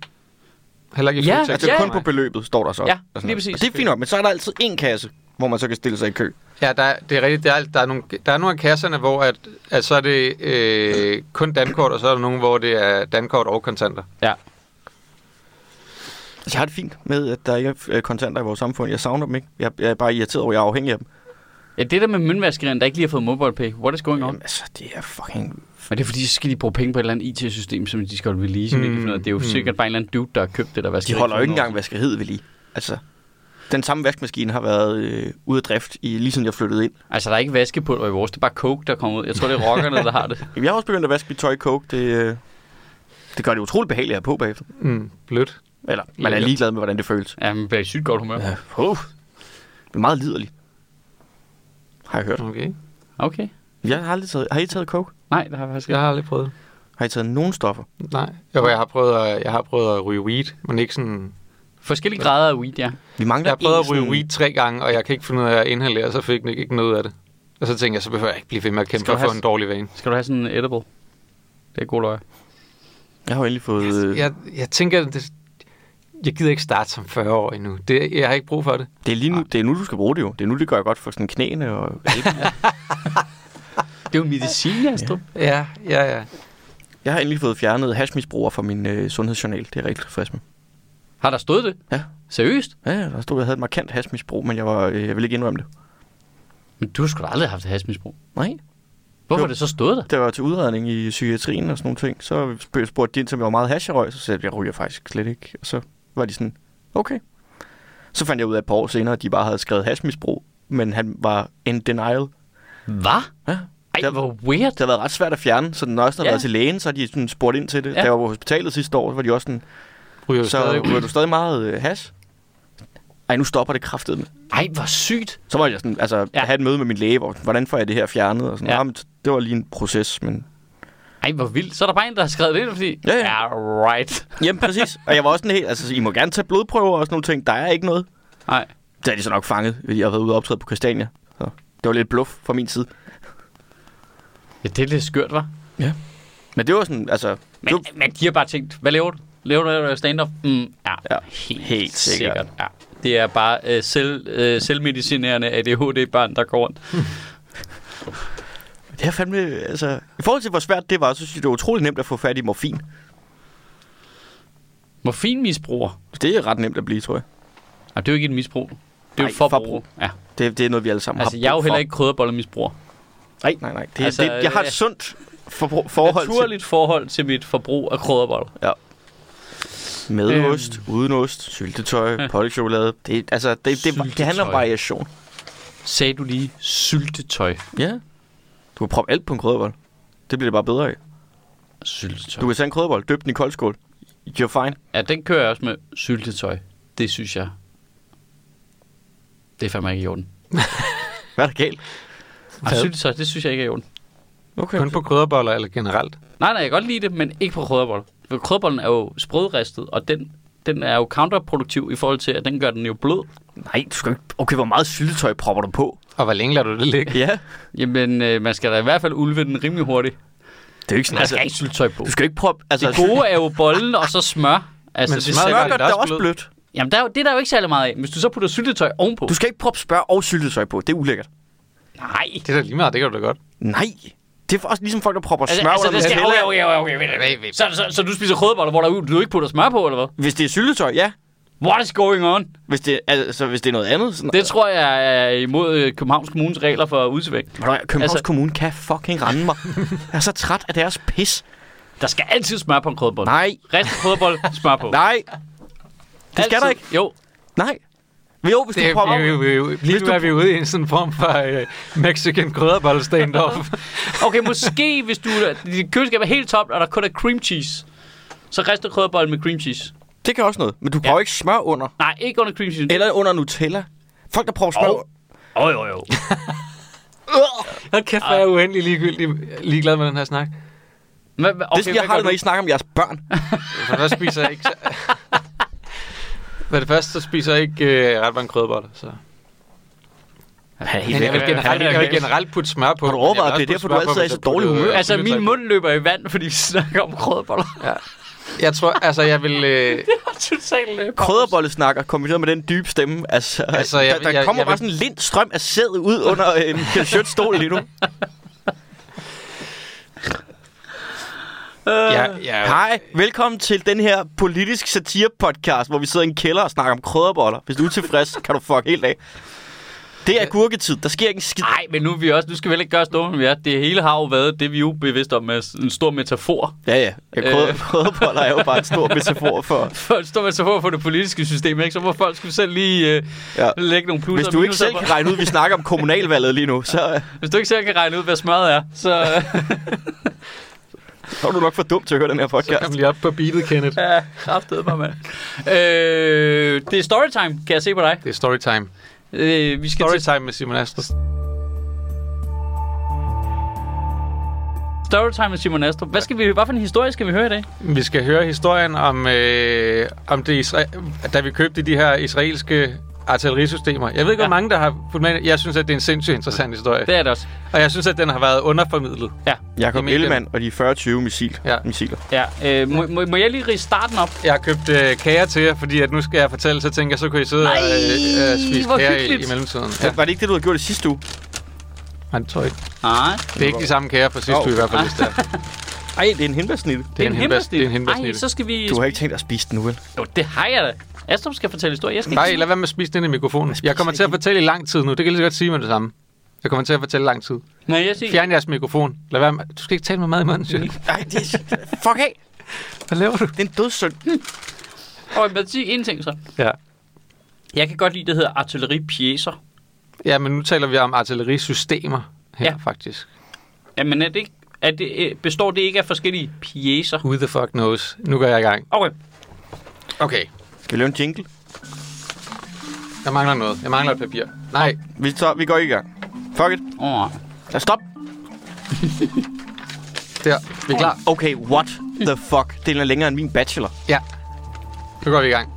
C: Heller ikke i
B: Ja,
C: Føtex.
A: Altså
B: ja.
A: kun på beløbet, står der så.
B: Ja,
A: Og sådan
B: lige
A: noget.
B: præcis.
A: Og det er fint nok, men så er der altid en kasse, hvor man så kan stille sig i kø.
C: Ja, der, er- det er rigtigt. Der er, der, er nogle, der er nogle af kasserne, hvor at, at så er det øh, kun dankort, og så er der nogle, hvor det er dankort og kontanter.
B: Ja.
A: Jeg har det fint med, at der ikke er øh, kontanter i vores samfund. Jeg savner dem ikke. Jeg, jeg er bare irriteret over, at jeg er afhængig af dem.
B: Ja, det der med møntvaskeren, der ikke lige har fået mobile pay. What is going on?
A: Jamen, altså, det er fucking...
B: Men det er fordi, så skal de bruge penge på et eller andet IT-system, som de skal holde ved lige, som mm. ikke
C: Mm,
B: noget. Det er jo mm.
C: mm.
B: sikkert bare en eller anden dude, der har købt det der vaskeri.
A: De holder jo ikke
B: for
A: engang
B: noget.
A: vaskeriet ved lige. Altså, den samme vaskemaskine har været øh, ude af drift, i, lige siden jeg flyttede ind.
B: Altså, der er ikke vaskepulver i vores, det er bare coke, der kommer ud. Jeg tror, det er rockerne, der har det.
A: Jamen, jeg har også begyndt at vaske mit tøj i coke. Det, øh, det gør det utroligt behageligt at have på bagefter.
C: Mm, blødt.
A: Eller, man er
C: Lækkert.
A: ligeglad med, hvordan det føles.
B: Ja, man bliver i sygt godt humør.
A: Ja, uh, det er meget liderligt. Har jeg hørt.
C: Okay.
B: Okay.
A: Jeg har aldrig taget... Har I taget coke?
B: Nej, der har faktisk
C: Jeg
B: ikke.
C: har aldrig prøvet det.
A: Har I taget nogen stoffer?
C: Nej. Jo, jeg har prøvet at, jeg har prøvet at ryge weed, men ikke sådan...
B: Forskellige grader af weed, ja.
A: Vi mangler
C: Jeg har prøvet
A: en
C: at ryge
A: sådan-
C: weed tre gange, og jeg kan ikke finde ud af at inhalere, så fik jeg ikke noget ud af det. Og så tænkte jeg, så behøver jeg ikke blive ved med at kæmpe
B: Skal
C: for
B: du
C: at få
B: have-
C: en dårlig vane.
B: Skal du have sådan en edible? Det er god løg.
A: Jeg har jo endelig fået... øh,
C: Jeg, jeg tænker, det, jeg gider ikke starte som 40 år endnu. Det, jeg har ikke brug for det.
A: Det er lige
C: Ah.
A: nu, det er nu, du skal bruge det jo. Det er nu, det gør jeg godt for sådan knæene og...
B: Det er jo medicin, Astrup.
C: Ja, ja, ja.
A: jeg har endelig fået fjernet hashmisbrugere fra min øh, sundhedsjournal. Det er jeg rigtig tilfreds med.
B: Har der stået det?
A: Ja.
B: Seriøst?
A: Ja, ja, der stod, at jeg havde et markant hashmisbrug, men jeg, var, øh, jeg ville ikke indrømme det.
B: Men du skulle aldrig have haft hashmisbrug.
A: Nej.
B: Hvorfor
A: Jo.
B: er det så stået der?
A: Det var til udredning i psykiatrien og sådan nogle ting. Så sp- spurgte de ind til, om jeg var meget hash, jeg røg. Så sagde jeg, jeg ryger faktisk slet ikke. Og så var de sådan, okay. Så fandt jeg ud af et par år senere, at de bare havde skrevet hashmisbrug, men han var in denial.
B: Hvad?
A: Ja.
B: Ej,
A: Det-
B: hvor weird.
A: Det har været ret svært at fjerne, så den også når jeg
B: Ja.
A: har været til lægen, så har de sådan spurgt ind til det.
B: Ja.
A: Ja. Da jeg var på hospitalet sidste år, så var de også sådan,
C: Ryger
A: så
C: stadig.
A: ryger du stadig meget øh, hash? Ej, nu stopper det kraftet med.
B: Ej, hvor sygt.
A: Så må jeg sådan, altså,
B: Ja.
A: ja. have et møde med min læge, hvor, hvordan får jeg det her fjernet? Og sådan.
B: Ja.
A: Ja. Jamen, det var lige en proces, men...
B: Ej, hvor vildt. Så er der bare en, der har skrevet det, ind, fordi...
A: Ja, ja.
B: right.
A: Jamen, præcis. og jeg var også sådan helt, altså, I må gerne tage blodprøver og sådan nogle ting. Der er ikke noget.
B: Nej.
A: Det er de så nok fanget, fordi jeg har været ude og optræde på Christiania. Så det var lidt bluff fra min side.
B: Ja, det er lidt skørt, var.
A: Men det var sådan, altså...
B: Men, øh,
A: det var-
B: men de har bare tænkt, hvad laver du? Laver du stand-up? Mm, ja,
A: Ja,
B: helt,
A: helt sikkert.
B: Ja. Det er bare øh, selv, øh, selvmedicinerende ADHD-børn, der går rundt.
A: Det er fandme, altså... I forhold til, hvor svært det var, så synes jeg, det var utroligt nemt at få fat i morfin.
B: Morfinmisbruger.
A: Det er ret nemt at blive, tror jeg.
B: Ej, det er jo ikke et misbrug. Det er jo
A: Nej,
B: et forbrug.
A: forbrug.
B: Ja.
A: Det, det er noget, vi alle sammen
B: Altså,
A: har
B: jeg er jo
A: brug
B: heller
A: for.
B: ikke krydderbollemisbruger.
A: Nej, nej, nej. Det,
B: Altså,
A: altså, det, jeg har
B: øh,
A: et sundt for, forhold
B: Naturligt forhold til mit forbrug af krydderboller.
A: til med
B: Øhm.
A: ost, uden ost, syltetøj,
B: Ja.
A: ja. polkchokolade. Det, altså, det, det, det, det handler
B: Syltetøj.
A: om variation.
B: Sagde du lige syltetøj?
A: Ja. Du kan proppe alt på en krydderbold. Det bliver det bare bedre af.
B: Syltetøj.
A: Du kan tage en krydderbold, døbe den i koldskål. You're fine.
B: Ja, den kører jeg også med syltetøj. Det synes jeg. Det er fandme ikke i orden.
A: Hvad er der galt?
B: Ej, syltetøj, det synes jeg ikke er i orden.
A: Okay.
C: Kun på krydderboller eller generelt.
B: Nej, nej, jeg kan godt lide det, men ikke på krydderboller. For krydderbollen er jo sprødristet, og den, den er jo counterproduktiv i forhold til, at den gør den jo blød.
A: Nej, du skal ikke... Okay, hvor meget syltetøj propper du på?
C: Og hvor længe lader du det ligge?
A: Ja.
B: Jamen, øh, man skal da i hvert fald ulve den rimelig hurtigt.
A: Det er jo ikke sådan,
B: Man
A: altså...
B: skal ikke syltetøj på.
A: Du skal ikke proppe... Altså,
B: Det gode er jo bollen og så smør. Altså,
C: Men
B: det
C: smør
B: sætter-
A: Smør
C: gør det
A: gør det
C: også
A: også blødt.
B: Jamen, der er jo, det er der jo ikke særlig meget af. Hvis du så putter syltetøj ovenpå.
A: Du skal ikke proppe spør og syltetøj på. Det er ulækkert.
B: Nej.
C: Det er da lige meget, det kan du da godt.
A: Nej. Det er for- også ligesom folk, der propper
B: Altså,
A: smør
B: altså,
A: under
B: det skal, okay,
A: Nutella.
B: okay, okay, okay, okay, okay, okay. Så, så, så du spiser rødboller, hvor der, jo- du ikke putter smør på, eller hvad?
A: Hvis det er syltetøj, ja.
B: What is going on?
A: Hvis det, altså, hvis det er noget andet... Sådan,
B: Det tror jeg er imod øh, Københavns Kommunes regler for udsvæk.
A: Ved du hvad, Københavns
B: Altså-
A: altså, Kommune kan fucking rende mig. jeg er så træt af deres pis.
B: Der skal altid smør på en krødbold.
A: Nej,
B: Ristet krødbold, smør på.
A: nej. Det skal
B: Altid.
A: der ikke.
B: Jo.
A: Nej. Jo, hvis
C: Det
A: du propper...
C: er, vi, vi, vi, lige
A: Hvis
C: nu
A: du-
C: er vi ude i en sådan form for øh, Mexican krydderbolle stand-off.
B: Okay, måske hvis du... Dit køleskab er helt tomt, og der kun er cream cheese. Så ristet krødbold med cream cheese.
A: Det kan også noget. Men du propper
B: Ja.
A: ja. ikke smør under.
B: Nej, ikke under cream cheese.
A: Eller under Nutella. Folk, der propper smør...
B: Og- Åh, jo, jo.
C: Hold kæft, hvor er jeg uendelig ligegyldig, ligeglad med den her snak.
B: Hvad, hvad-
A: Okay, det skal jeg
B: hvad
A: har
B: gør
A: det, når
B: du?
A: I snakker om jeres børn.
C: For det første spiser jeg ikke... så- For det første, så spiser jeg ikke øh, ret mange krydderboller, så...
A: Han er
C: Men jeg vil
B: øh,
C: generelt, jeg vil generelt putte smør på.
A: Har du overvejet, at det er derfor, du altid er i så dårlig humør?
B: Altså, min mund løber i vand, fordi vi snakker om krødboller.
C: Jeg tror, altså, jeg vil... Øh,
B: Totalt øh,
A: krydderbollesnakker kombineret med den dybe stemme. Altså,
C: Altså,
A: altså
C: jeg-
A: jeg, der, der
C: jeg-
A: kommer
C: jeg
B: vil-
A: bare sådan en lind strøm af sæd ud under øh, Michael Schøtz stol lige nu.
C: jeg, jeg,
A: Hej, velkommen til den her politisk satire-podcast, hvor vi sidder i en kælder og snakker om krydderboller. Hvis du er utilfreds, kan du fuck helt af. Det er gurketid. Der sker ikke en skid.
B: Nej, men nu, er vi også, nu skal vi heller ikke gøre os dumme, end vi er. Det hele har jo været det, vi er ubevidste om, er en stor metafor.
A: Ja, ja. ja krydder,
B: Øh.
A: Krydderboller er jo bare en stor metafor for...
B: For en stor metafor for det politiske system, ikke? Så må folk skulle selv lige øh,
A: Ja.
B: lægge nogle plusser
A: Hvis du
B: og
A: ikke
B: minuser
A: selv
B: på.
A: kan regne ud, at vi snakker om kommunalvalget lige nu, så, øh,
B: Hvis du ikke selv kan regne ud, hvad smadret er, så...
A: så er du nok for dum til at høre den her
C: så kom
A: podcast.
C: lige op på beatet, Kenneth.
B: ja, kraftede mig, mand. Øh, det er storytime, kan jeg se på dig.
C: Det er storytime.
B: Øh, vi skal til
C: Storytime med Simon Astrup.
B: storytime med Simon Astrup. Hvad, skal vi, hvad for en historie skal vi høre i dag?
C: Vi skal høre historien om, øh, om det isra- da vi købte de her israelske artillerisystemer. Jeg ved ikke,
B: Ja.
C: hvor mange, der har fulgt med. Jeg synes, at det er en sindssygt interessant historie.
B: Det er det også.
C: Og jeg synes, at den har været underformidlet.
B: Ja,
A: Jakob
C: Jamen, igen.
A: Ellemann og de 40-20 missil,
C: Ja.
A: ja. missiler.
B: ja. Øh, må, må, må jeg lige rige starten op?
C: Jeg har købt øh, kager til jer, fordi at nu skal jeg fortælle, så tænker jeg, så kan I sidde
B: Ej,
C: og øh, øh, spise
B: hvor
C: kager i,
B: hyggeligt.
C: i mellemtiden. Ja.
A: Ja. Var det ikke det, du havde gjort i sidste uge?
C: Nej, det tror jeg ikke.
B: Nej.
C: Det er ikke de samme kager fra sidste
A: Nå.
C: uge i hvert fald, hvis det er.
A: Ej, det er en hindbærsnitte.
C: Det er en hindbærs- det er en
B: Ej,
C: hindbærsnitte.
B: så skal vi...
A: Du har ikke tænkt dig at spise den nu, vel?
B: Jo, det har jeg da. Astrup skal fortælle historie. Jeg skal
C: Nej, lad være med at spise den i mikrofonen. Jeg kommer til at fortælle i lang tid nu. Det kan jeg lige så godt sige med det samme. Jeg kommer til at fortælle i lang tid.
B: Nej, jeg siger...
C: Fjern jeres mikrofon. Lad være med. Du skal ikke tale med mad i munden, Sjøl.
A: Nej, det er... Fuck af!
C: Hvad laver du?
A: Det er en dødssynd.
B: Og jeg vil sige en ting så.
C: Ja.
B: Jeg kan godt lide, det hedder artilleripjæser.
C: Ja, men nu taler vi om artillerisystemer her,
B: Ja.
C: ja. faktisk.
B: Jamen er det ikke, er det, øh, består det ikke af forskellige pjæser?
C: Who the fuck knows? Nu går jeg i gang.
B: Okay,
C: Okay.
A: Skal vi lave en jingle?
C: Jeg mangler noget. Jeg mangler et papir. Nej.
A: Vi, tager, vi går i gang. Fuck it.
B: oh,
A: Ja, stop.
C: Der. Vi er klar.
A: Okay, what the fuck? Den er længere end min bachelor.
C: Ja. Nu går vi i gang.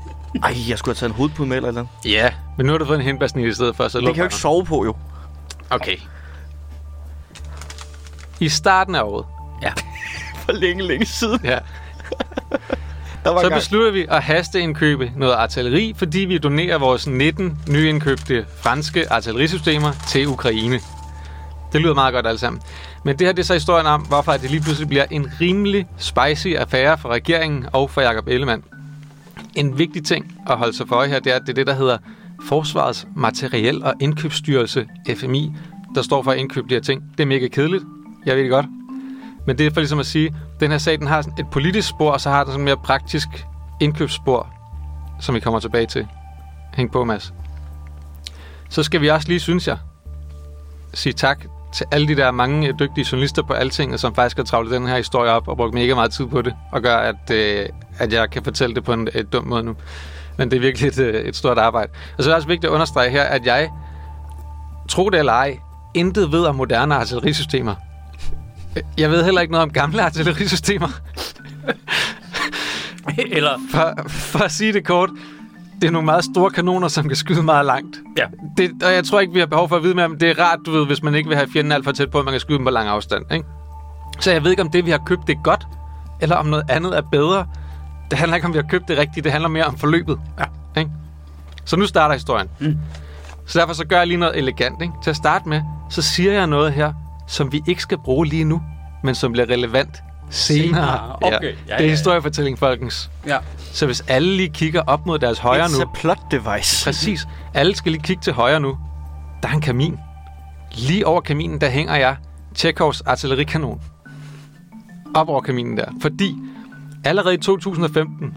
A: Ej, jeg skulle have taget en hovedpude med eller noget.
C: Ja. Men nu har du fået en henbærsnit i stedet for, så
A: Det
C: luk
A: kan jeg jo ikke sove på, jo.
C: røven. Okay. I starten af året,
A: For længe, længe siden.
C: ja,
A: Der var
C: så
A: en gang.
C: beslutter vi at haste indkøbe noget artilleri, fordi vi donerer vores 19 nyindkøbte franske artillerisystemer til Ukraine. Det lyder meget godt alle sammen. Men det her det er så historien om, hvorfor at det lige pludselig bliver en rimelig spicy affære for regeringen og for Jakob Ellemann. En vigtig ting at holde sig for øje her, det er, at det er det, der hedder Forsvarets Materiel- og Indkøbsstyrelse, FMI, der står for at indkøbe de her ting. Det er mega kedeligt, jeg ved det godt. Men det er for ligesom at sige, at den her sag, den har sådan et politisk spor, og så har den sådan et mere praktisk indkøbsspor, som vi kommer tilbage til. Hæng på, Mads. Så skal vi også lige, synes jeg, sige tak til alle de der mange øh, dygtige journalister på Altinget, som faktisk har travlet den her historie op og brugt mega meget tid på det, og gør, at, øh, at jeg kan fortælle det på en øh, dum måde nu. Men det er virkelig et, øh, et stort arbejde. Og så er det også vigtigt at understrege her, at jeg, tro det eller ej, intet ved om moderne artillerisystemer. Jeg ved heller ikke noget om gamle artillerisystemer.
B: eller
C: For, for at sige det kort, det er nogle meget store kanoner, som kan skyde meget langt.
B: Ja.
C: Det, og jeg tror ikke, vi har behov for at vide mere om det. er rart, du ved, hvis man ikke vil have fjenden alt for tæt på, at man kan skyde dem på lang afstand. Ikke? Så jeg ved ikke, om det, vi har købt, det er godt, eller om noget andet er bedre. Det handler ikke om, vi har købt det rigtigt. Det handler mere om forløbet. Ja. Ikke? Så nu starter historien.
B: Mm.
C: Så derfor så gør jeg lige noget elegant. Ikke? Til at starte med, så siger jeg noget her, som vi ikke skal bruge lige nu, men som bliver relevant senere.
B: Senere. Okay. Ja,
C: Ja,
B: ja,
C: det
B: ja.
C: er historiefortælling, folkens.
B: ja.
C: Så hvis alle lige kigger op mod deres højre
A: It's
C: nu,
A: a plot device.
C: præcis, alle skal lige kigge til højre nu, der er en kamin. Lige over kaminen, der hænger jeg Tjekhovs artillerikanon. Op over kaminen der. Fordi allerede i 2015,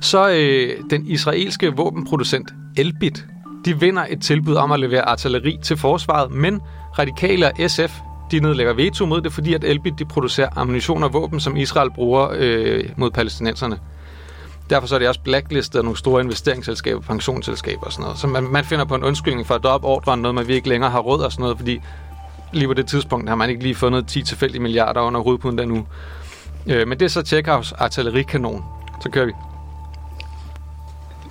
C: så øh, den israelske våbenproducent Elbit, de vinder et tilbud om at levere artilleri til forsvaret, men radikale og SF, de nedlægger veto mod det, fordi at Elbit de producerer ammunition og våben, som Israel bruger øh, mod palæstinenserne. Derfor så er det også blacklistet af nogle store investeringsselskaber, pensionsselskaber og sådan noget. Så man, man finder på en undskyldning for at droppe ordren, noget man ikke længere har råd og sådan noget, fordi lige på det tidspunkt har man ikke lige fundet 10 tilfældige milliarder under hovedpuden der nu. Øh, men det er så Tjekhovs artillerikanon. Så kører vi.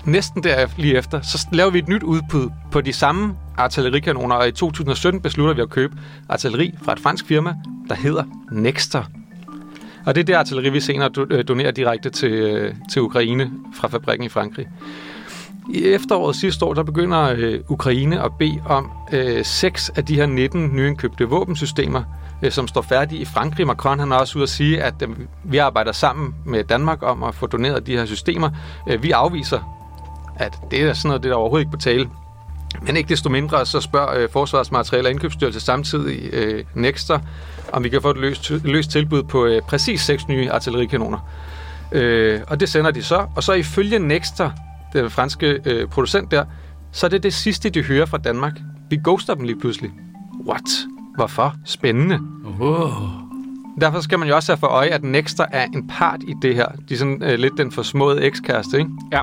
C: Næsten der lige efter, så laver vi et nyt udbud på de samme artillerikanoner, og i 2017 beslutter vi at købe artilleri fra et fransk firma, der hedder Nexter. Og det er det artilleri, vi senere do- øh, donerer direkte til, øh, til Ukraine fra fabrikken i Frankrig. I efteråret sidste år, der begynder øh, Ukraine at bede om øh, seks af de her 19 nyindkøbte våbensystemer, øh, som står færdige i Frankrig. Macron han er også ude at sige, at øh, vi arbejder sammen med Danmark om at få doneret de her systemer. Øh, vi afviser, at det er sådan noget, det er der overhovedet ikke på tale. Men ikke desto mindre, så spørger øh, Forsvarets Materiel- og Indkøbsstyrelse samtidig øh, Nexter, om vi kan få et løst, løst tilbud på øh, præcis seks nye artillerikanoner. Øh, og det sender de så. Og så ifølge Nexter, den franske øh, producent der, så er det det sidste, de hører fra Danmark. Vi ghoster dem lige pludselig. What? Hvorfor? Spændende.
B: Oh.
C: Derfor skal man jo også have for øje, at Nexter er en part i det her. De er sådan øh, lidt den forsmåede ekskæreste, ikke?
B: Ja.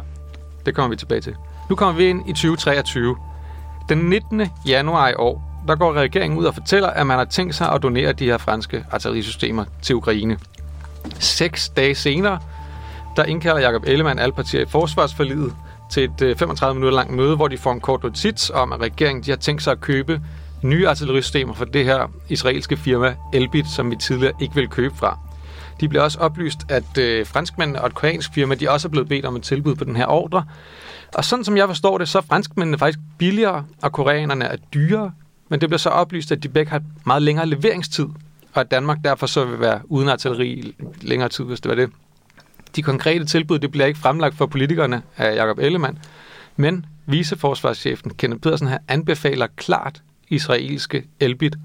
C: Det kommer vi tilbage til. Nu kommer vi ind i 2023. Den 19. januar i år, der går regeringen ud og fortæller, at man har tænkt sig at donere de her franske artillerisystemer til Ukraine. Seks dage senere, der indkalder Jakob Ellemann alle partier i forsvarsforliget til et øh, 35 minutter langt møde, hvor de får en kort notits om, at regeringen de har tænkt sig at købe nye artillerisystemer fra det her israelske firma Elbit, som vi tidligere ikke ville købe fra. De bliver også oplyst, at øh, franskmændene og et koreansk firma, de også er blevet bedt om et tilbud på den her ordre. Og sådan som jeg forstår det, så er franskmændene faktisk billigere, og koreanerne er dyrere. Men det bliver så oplyst, at de begge har meget længere leveringstid, og at Danmark derfor så vil være uden artilleri i længere tid, hvis det var det. De konkrete tilbud, det bliver ikke fremlagt for politikerne af Jakob Ellemann, men viceforsvarschefen Kenneth Pedersen her anbefaler klart israelske Elbit.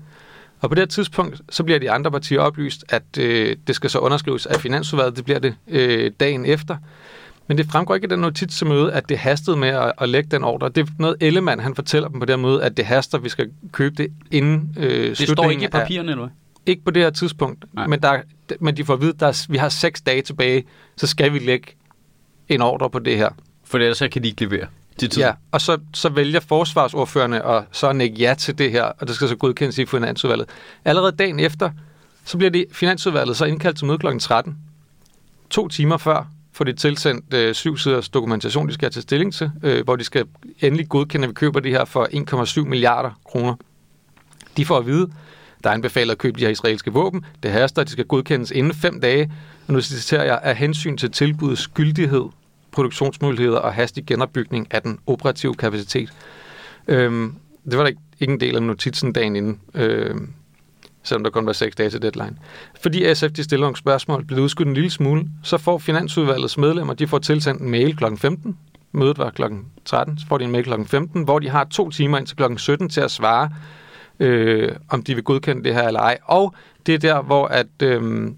C: Og på det her tidspunkt, så bliver de andre partier oplyst, at øh, det skal så underskrives af finansudvalget. Det bliver det øh, dagen efter. Men det fremgår ikke af den notits til møde, at det hastede med at, at lægge den ordre. Det er noget, Ellemann han fortæller dem på det her møde, at det haster, vi skal købe det inden øh,
B: Det
C: slutningen
B: står ikke i
C: af-
B: papirerne, eller hvad?
C: Ikke på det her tidspunkt,
B: Nej.
C: men, der, men de får at vide, at vi har seks dage tilbage, så skal vi lægge en ordre på det her.
B: For ellers så kan de ikke levere til tiden.
C: Ja, og så, så vælger forsvarsordførende at så nikke ja til det her, og det skal så godkendes i Finansudvalget. Allerede dagen efter, så bliver det Finansudvalget så indkaldt til møde kl. 13. To timer før får de tilsendt øh, syv siders dokumentation, de skal have til stilling til, øh, hvor de skal endelig godkende, at vi køber det her for 1,7 milliarder kroner. De får at vide, der er anbefalet at købe de her israelske våben. Det haster, de skal godkendes inden fem dage. Og nu citerer jeg, af hensyn til tilbudets skyldighed, produktionsmuligheder og hastig genopbygning af den operative kapacitet. Øhm, det var der ikke, ikke en del af notitsen dagen inden, øhm, selvom der kun var seks dage til deadline. Fordi SF de stiller nogle spørgsmål, blev det udskudt en lille smule, så får Finansudvalgets medlemmer, de får tilsendt en mail kl. 15, mødet var kl. 13, så får de en mail kl. 15, hvor de har to timer indtil kl. 17 til at svare, øh, om de vil godkende det her eller ej. Og det er der, hvor at, øh,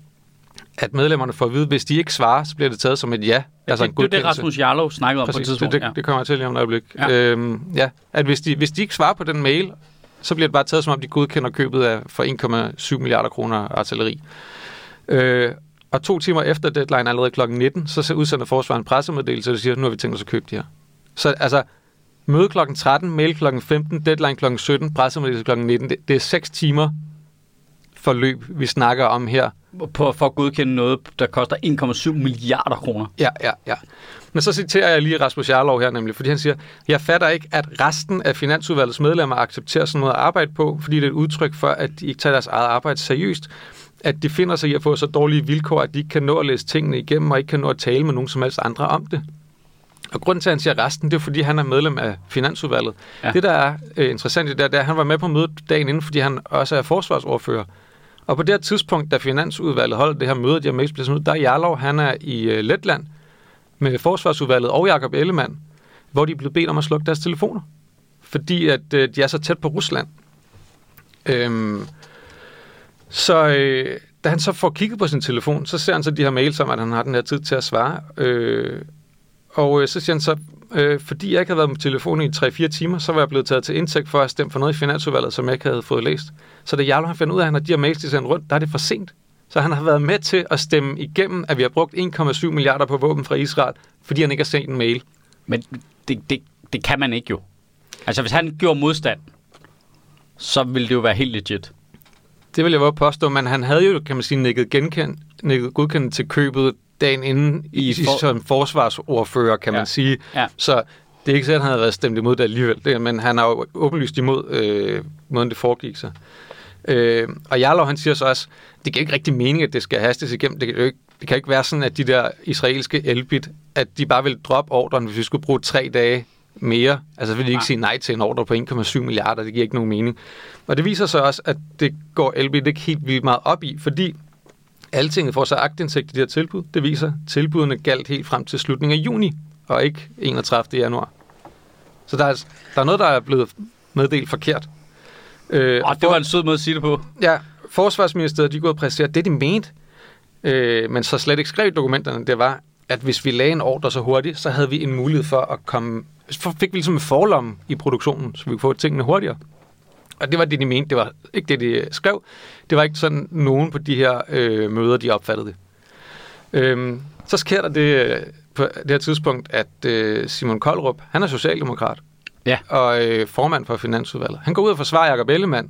C: at medlemmerne får at vide, hvis de ikke svarer, så bliver det taget som et ja. Altså en
B: det, det er det,
C: godkendelse.
B: Rasmus Jarlov snakkede om på et
C: Præcis,
B: tidspunkt.
C: det,
B: ja.
C: det, det kommer jeg til lige om et øjeblik.
B: Ja.
C: Ja. Øhm, ja. At hvis de, hvis de ikke svarer på den mail, så bliver det bare taget som om, de godkender købet af for 1,7 milliarder kroner artilleri. Øh, og to timer efter deadline, allerede kl. 19, så ser- udsender forsvaret en pressemeddelelse, og siger, nu har vi tænkt os at købe de her. Så altså, møde kl. 13, mail kl. 15, deadline kl. 17, pressemeddelelse kl. 19. Det, det er seks timer forløb, vi snakker om her.
B: på, for at godkende noget, der koster 1,7 milliarder kroner.
C: Ja, ja, ja. Men så citerer jeg lige Rasmus Jarlov her nemlig, fordi han siger, jeg fatter ikke, at resten af Finansudvalgets medlemmer accepterer sådan noget at arbejde på, fordi det er et udtryk for, at de ikke tager deres eget arbejde seriøst, at de finder sig i at få så dårlige vilkår, at de ikke kan nå at læse tingene igennem, og ikke kan nå at tale med nogen som helst andre om det. Og grunden til, at han siger resten, det er, fordi han er medlem af Finansudvalget.
B: Ja.
C: Ja. Det, der er øh, interessant i det, der, det er, at han var med på mødet dagen inden, fordi han også er forsvarsordfører. Og på det her tidspunkt, da Finansudvalget holder det her møde, de har med eksplicit, der er Jarlov, han er i øh, Letland med Forsvarsudvalget og Jakob Ellemann, hvor de er blevet bedt om at slukke deres telefoner, fordi at øh, de er så tæt på Rusland. Øhm, så øh, da han så får kigget på sin telefon, så ser han så de her mails om, at han har den her tid til at svare. Øh, og øh, så siger han så, øh, fordi jeg ikke havde været på telefonen i 3-4 timer, så var jeg blevet taget til indtægt for at stemme for noget i Finansudvalget, som jeg ikke havde fået læst. Så da Jarlov han fandt ud af, at han har de her mails, de sendte rundt, der er det for sent. Så han har været med til at stemme igennem, at vi har brugt 1,7 milliarder på våben fra Israel, fordi han ikke har sendt en mail.
B: Men det, det, det kan man ikke jo. Altså, hvis han gjorde modstand, så ville det jo være helt legit.
C: Det vil jeg våge at påstå, men han havde jo, kan man sige, nikket, genkendt, nikket godkendt til købet dagen inden i,
B: I
C: I
B: for-
C: for... som forsvarsordfører, kan
B: Ja.
C: man sige.
B: Ja.
C: Så det er ikke sikkert, at han havde været stemt imod det alligevel, det, men han har jo åbenlyst imod øh, måden, det foregik sig. Øh, og Jarlov, han siger så også, det giver ikke rigtig mening, at det skal hastes igennem. Det kan, jo ikke, det kan ikke være sådan, at de der israelske elbit, at de bare ville droppe ordren, hvis vi skulle bruge tre dage mere. Altså vil de
B: Nej.
C: ikke sige nej til en ordre på 1,7 milliarder, det giver ikke nogen mening. Og det viser sig også, at det går elbit ikke helt vildt meget op i, fordi Altinget får så agtindsigt i det her tilbud. Det viser, at tilbudene galt helt frem til slutningen af juni, og ikke 31. januar. Så der er, altså- der er noget, der er blevet meddelt forkert. Øh,
B: Og det var en sød måde at sige det på.
C: Ja, Forsvarsministeriet, de er gået og præcisere, det de mente, øh, men så slet ikke skrev i dokumenterne, det var, at hvis vi lagde en ordre så hurtigt, så havde vi en mulighed for at komme... Så fik vi ligesom en forlomme i produktionen, så vi kunne få tingene hurtigere. Og det var det, de mente. Det var ikke det, de skrev. Det var ikke sådan, nogen på de her øh, møder, de opfattede det. Øhm, så sker der det øh, på det her tidspunkt, at øh, Simon Koldrup, han er socialdemokrat.
B: Ja.
C: Og øh, formand for Finansudvalget. Han går ud og forsvarer Jacob Ellemann.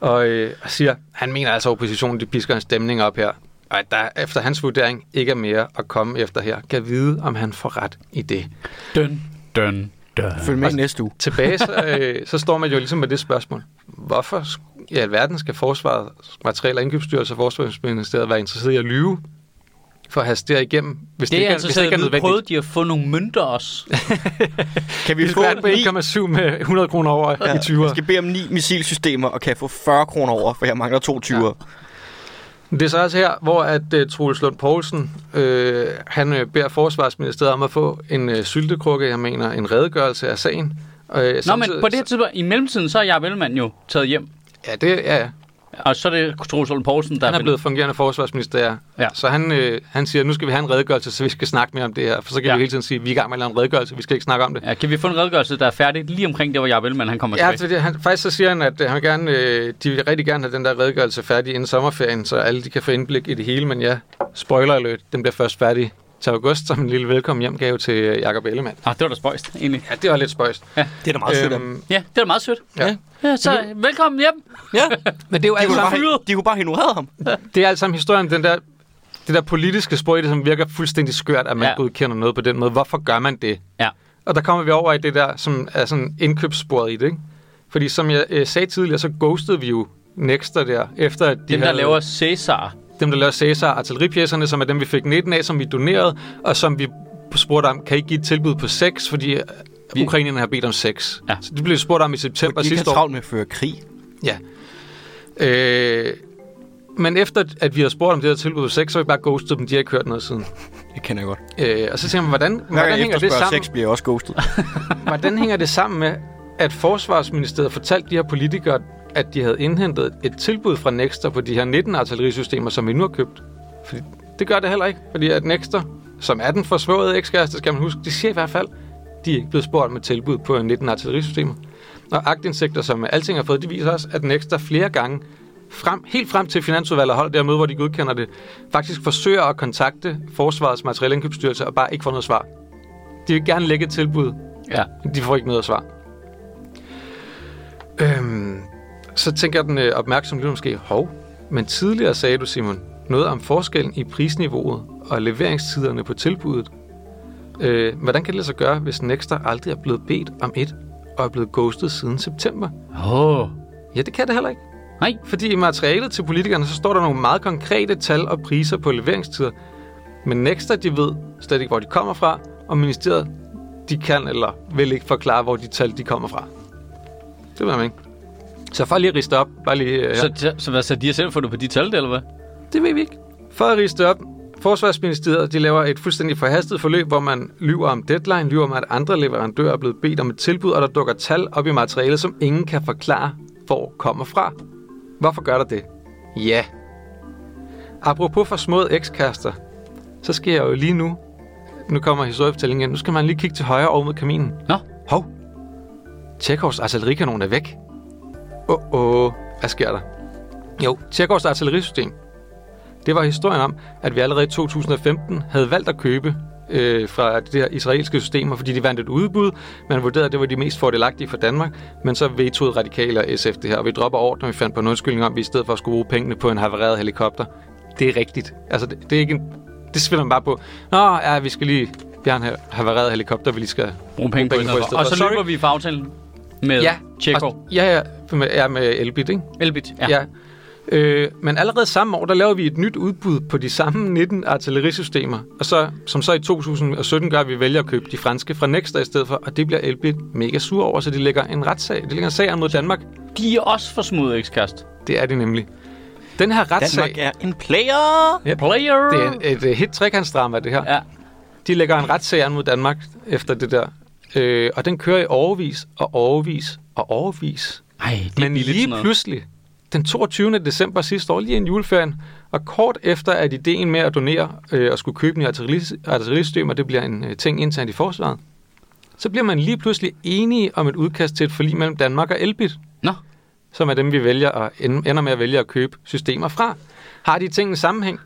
C: Og øh, og siger, han mener altså, at oppositionen de pisker en stemning op her. Og at der efter hans vurdering ikke er mere at komme efter her. Kan vide, om han får ret i det.
B: Døn, døn, døn.
A: Følg med i næste uge.
C: Tilbage, så, øh, så står man jo ligesom med det spørgsmål. Hvorfor sk- i alverden skal Forsvarets Materiel- og Indkøbsstyrelse og Forsvarsministeriet være interesseret i at lyve for at hastere igennem, hvis
B: Det
C: det, ikke
B: er
C: er,
B: altså
C: hvis det
B: så
C: ikke er
B: nu
C: nødvendigt?
B: prøvede de at få nogle mønter også.
A: Kan
C: Vi
A: vi få
C: skal være på
A: ni?
C: 1,7 med 100 kroner over ja, i 20'er.
A: Jeg skal bede om ni missilsystemer, og kan jeg få 40 kroner over, for jeg mangler to 20'er.
C: Det er så også her, hvor at uh, Troels Lund Poulsen, øh, han øh, beder Forsvarsministeriet om at få en øh, syltekrukke, jeg mener, en redegørelse af sagen. Øh,
B: Nå, men på det her tidspunkt, i mellemtiden, så er Jacob Ellemann jo taget hjem.
C: Ja, det, ja, ja.
B: Og så er det Troels Lund Poulsen, der
C: Han er blevet fungerende forsvarsminister, ja.
B: Ja.
C: Så han, øh, han siger, nu skal vi have en redegørelse, så vi skal snakke mere om det her. For så kan
B: Ja.
C: ja. vi hele tiden sige, vi er i gang med at lave en redegørelse, vi skal ikke snakke om det.
B: Ja, kan vi få en redegørelse, der er færdig lige omkring det, hvor Jacob Ellemann han kommer
C: Ja,
B: tilbage?
C: altså, det, han, faktisk så siger han, at øh, han vil gerne, øh, de vil rigtig gerne have den der redegørelse færdig inden sommerferien, så alle de kan få indblik i det hele, men ja, spoiler alert, den bliver først færdig til august som en lille velkommen hjemgave til øh, Jakob Ellemann.
B: Ah, det var da spøjst, egentlig.
C: Ja, det var lidt spøjst.
D: Det er da meget øhm, sødt af dem.
B: Ja, det er da meget sødt.
C: ja.
D: Ja.
B: Ja, så velkommen hjem.
D: Ja,
C: Men det er jo
A: De
C: alt
A: kunne,
C: sammen,
A: bare, de kunne bare have ignoreret ham.
C: det er alt sammen historien om den der, det der politiske spor i det, som virker fuldstændig skørt, at man
B: Ja.
C: ja. godkender noget på den måde. Hvorfor gør man det?
B: Ja.
C: Og der kommer vi over i det der, som er sådan indkøbssporet i det, ikke? Fordi som jeg øh, sagde tidligere, så ghostede vi jo Nexter der, efter at de
B: Dem, der
C: havde-
B: laver Cæsar.
C: dem, der laver Cæsar artilleripjæserne, som er dem, vi fik 19 af, som vi donerede, og som vi spurgte om, kan I give et tilbud på 6, fordi øh,
B: Vi-
C: ukrainerne har bedt om 6.
B: Ja.
C: Så det blev spurgt om i september
A: De kan
C: sidste år.
A: travlt med at føre krig.
C: Ja. Øh, men efter at vi har spurgt om det her tilbud på 6, så har vi bare ghostet dem. De har ikke hørt noget siden.
A: Det kender jeg godt.
C: Øh, og så tænker man, hvordan,
A: Hver
C: hvordan
A: gang jeg
C: hænger det
A: efterspørger
C: sammen?
A: sex, bliver jeg også ghostet.
C: Hvordan hænger det sammen med, at Forsvarsministeriet fortalte de her politikere, at de havde indhentet et tilbud fra Nexter på de her 19 artillerisystemer, som vi nu har købt? Fordi det gør det heller ikke, fordi at Nexter, som er den forsvårede ekskæreste, skal man huske, de siger i hvert fald, de er ikke blevet spurgt med tilbud på 19 artillerisystemer. Og agtindsigter, som alting har fået, de viser også, at Nexter flere gange frem, helt frem til Finansudvalget holdt der møde, hvor de godkender det, faktisk forsøger at kontakte Forsvarets Materielindkøbsstyrelse og bare ikke får noget svar. De vil gerne lægge et tilbud,
B: Ja.
C: de får ikke noget svar. Øhm, så tænker den øh, opmærksom lytter måske, hov, men tidligere sagde du, Simon, noget om forskellen i prisniveauet og leveringstiderne på tilbuddet. Øh, hvordan kan det lade sig gøre, hvis Nexter aldrig er blevet bedt om et, og er blevet ghostet siden september?
B: Åh. Oh.
C: Ja, det kan det heller ikke.
B: Nej.
C: Fordi i materialet til politikerne, så står der nogle meget konkrete tal og priser på leveringstider. Men Nexter, de ved slet ikke, hvor de kommer fra, og ministeriet, de kan eller vil ikke forklare, hvor de tal, de kommer fra. Det ved man ikke. Så for lige at riste op, bare lige... øh, her.
B: Så, så, så, hvad, så de har selv fundet på de tal, der, eller hvad?
C: Det ved vi ikke. For at riste det op, Forsvarsministeriet de laver et fuldstændig forhastet forløb, hvor man lyver om deadline, lyver om, at andre leverandører er blevet bedt om et tilbud, og der dukker tal op i materialet, som ingen kan forklare, hvor kommer fra. Hvorfor gør der det? Ja. Apropos for små ekskærester, så sker jeg jo lige nu, nu kommer historiefortællingen igen, nu skal man lige kigge til højre over mod kaminen.
B: Nå.
C: Hov, Tjekhovs artillerikanon er væk. Åh, oh, oh. hvad sker der? Jo, Tjekhovs artillerisystem, det var historien om, at vi allerede i 2015 havde valgt at købe øh, fra de her israelske systemer, fordi de vandt et udbud. Man vurderede, at det var de mest fordelagtige for Danmark, men så vetoede radikale og SF det her, og vi dropper ordren, vi fandt på en undskyldning om, at vi i stedet for at skulle bruge pengene på en havareret helikopter. Det er rigtigt. Altså, det, det er ikke en, det svinder man bare på. Nå, ja, vi skal lige... Vi har en ha- havareret helikopter, vi lige skal...
B: Brug penge på
C: penge på i
B: det.
C: stedet
B: Og
C: for.
B: så
C: Sorry.
B: løber vi fra aftalen med ja. Tjekov.
C: og- Ja, ja, med, ja, med Elbit, ikke?
B: Elbit. Ja. ja.
C: Ja. ja. Øh, men allerede samme år, der laver vi et nyt udbud på de samme 19 artillerisystemer, og så, som så i 2017 gør, at vi vælger at købe de franske fra Nexter i stedet for, og det bliver Elbit mega sur over, så de lægger en retssag, de lægger en sag an mod Danmark.
B: De er også for smodet ekskast.
C: Det er det nemlig. Den her retssag,
A: Danmark er en player.
B: Player.
C: det er et, et hit trekantsdrama, det her.
B: Ja.
C: De lægger en retssag an mod Danmark efter det der, øh, og den kører i overvis og overvis og overvis.
B: Ej, det er
C: Men
B: billigt sådan
C: lige
B: noget.
C: pludselig, den 22. december sidste år, lige inden juleferien, og kort efter, at ideen med at donere øh, og skulle købe en artilleri- artillerisystem, og det bliver en øh, ting internt i forsvaret, så bliver man lige pludselig enige om et udkast til et forlig mellem Danmark og Elbit,
B: Nå.
C: som er dem, vi vælger at, end- ender med at vælge at købe systemer fra. Har de ting en sammenhæng?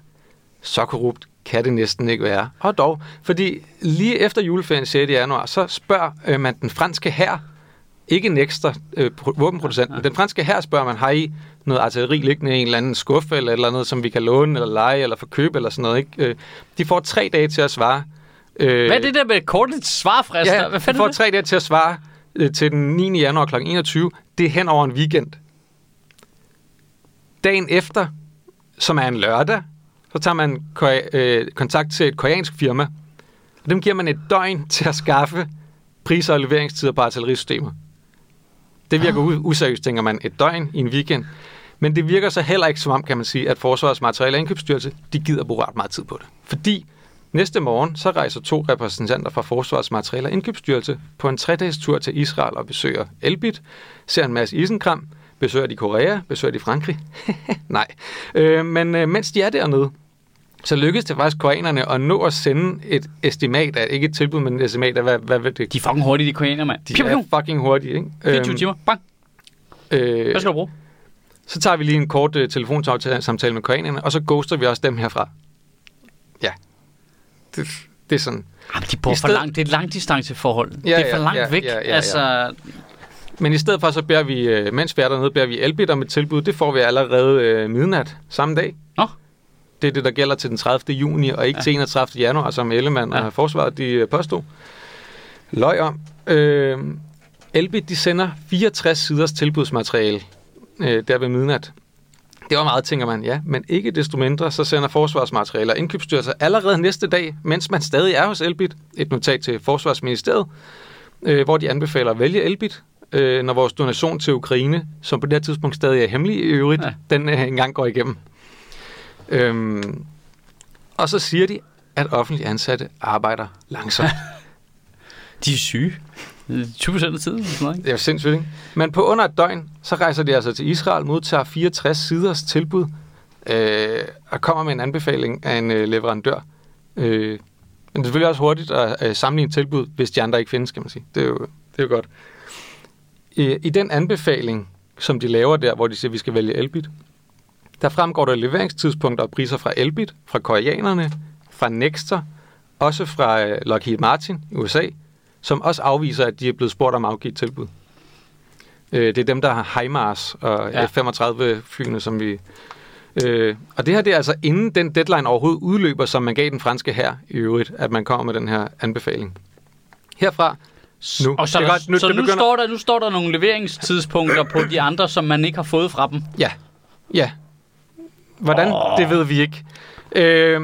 C: Så korrupt kan det næsten ikke være. Og dog, fordi lige efter juleferien 6. januar, så spørger øh, man den franske hær, ikke en ekstra øh, pro- våbenproducenten, den franske hær spørger man, har I noget artilleri liggende i en eller anden skuffe, eller et eller andet, som vi kan låne, eller lege, eller få køb, eller sådan noget. Ikke? Øh, de får tre dage til at svare. Øh,
B: Hvad er det der med kortet svarfrister?
C: Ja,
B: Hvad
C: vi
B: fanden er
C: får
B: det?
C: tre dage til at svare øh, til den 9. januar kl. 21. Det er hen over en weekend. Dagen efter, som er en lørdag, så tager man ko- øh, kontakt til et koreansk firma. Og dem giver man et døgn til at skaffe priser og leveringstider på artillerisystemer. Det virker ah. useriøst, tænker man, et døgn i en weekend. Men det virker så heller ikke som om, kan man sige, at Forsvarets Materiel- og Indkøbsstyrelse, de gider bruge ret meget tid på det. Fordi næste morgen, så rejser to repræsentanter fra Forsvarets Materiel- og Indkøbsstyrelse på en tre-dages tur til Israel og besøger Elbit, ser en masse isenkram, Besøger de Korea? Besøger de Frankrig? Nej. Øh, men øh, mens de er dernede, så lykkedes det faktisk koreanerne at nå at sende et estimat af, ikke et tilbud, men et estimat af, hvad, hvad ved det?
B: De er fucking hurtige, de koreaner, mand.
C: De er øhm, fucking hurtige, ikke?
B: 24 timer. Bang.
C: øh,
B: Hvad skal du bruge?
C: så tager vi lige en kort uh, telefonsamtale med koreanerne, og så ghoster vi også dem herfra. Ja. Det, det er sådan.
B: Jamen, Ah, de bor
C: I
B: for
C: stedet-
B: langt. Det er et langdistanceforhold.
C: Ja,
B: det er for
C: ja,
B: langt
C: ja,
B: væk.
C: ja, ja, ja.
B: Altså,
C: Men i stedet for, så beder vi, øh, mens vi er dernede, beder vi Elbit om et tilbud. Det får vi allerede øh, midnat samme dag.
B: Nå.
C: Det er det, der gælder til den 30. juni, og ikke ja. til 31. januar, som Ellemann ja.
B: Ja.
C: og Forsvaret de øh, påstod. Løg om. Øh, Elbit, de sender 64 siders tilbudsmateriale øh, der ved midnat. Det var meget, tænker man, ja. Men ikke desto mindre, så sender forsvarsmaterialer og indkøbsstyrelser allerede næste dag, mens man stadig er hos Elbit, et notat til Forsvarsministeriet, øh, hvor de anbefaler at vælge Elbit, øh, når vores donation til Ukraine, som på det her tidspunkt stadig er hemmelig i øvrigt,
B: Ja.
C: ja. den øh, engang går igennem. Øhm, og så siger de, at offentlige ansatte arbejder langsomt.
B: de er syge. Øh, 20% af tiden. Sådan noget, ikke?
C: Det er jo sindssygt, ikke? Men på under et døgn, så rejser de altså til Israel, modtager 64 siders tilbud, øh, og kommer med en anbefaling af en øh, leverandør. Øh, men det er selvfølgelig også hurtigt at øh, sammenligne tilbud, hvis de andre ikke findes, kan man sige. Det er jo, det er jo godt. I, I den anbefaling, som de laver der, hvor de siger, at vi skal vælge Elbit, der fremgår der leveringstidspunkter og priser fra Elbit, fra koreanerne, fra Nexter, også fra øh, Lockheed Martin i USA, som også afviser, at de er blevet spurgt om at afgive et tilbud. Øh, det er dem, der har HIMARS og
B: Ja.
C: ja. F-35-flyene, som vi... Øh, og det her det er altså inden den deadline overhovedet udløber, som man gav den franske her i øvrigt, at man kommer med den her anbefaling. Herfra, nu.
B: Og så,
C: Det
B: er
C: er
B: der,
C: godt, nu-
B: så
C: det
B: nu,
C: begynder-
B: står der, nu står der nogle leveringstidspunkter på de andre, som man ikke har fået fra dem.
C: Ja. Ja. Hvordan?
B: Åh.
C: Oh. Det ved vi ikke. Øh,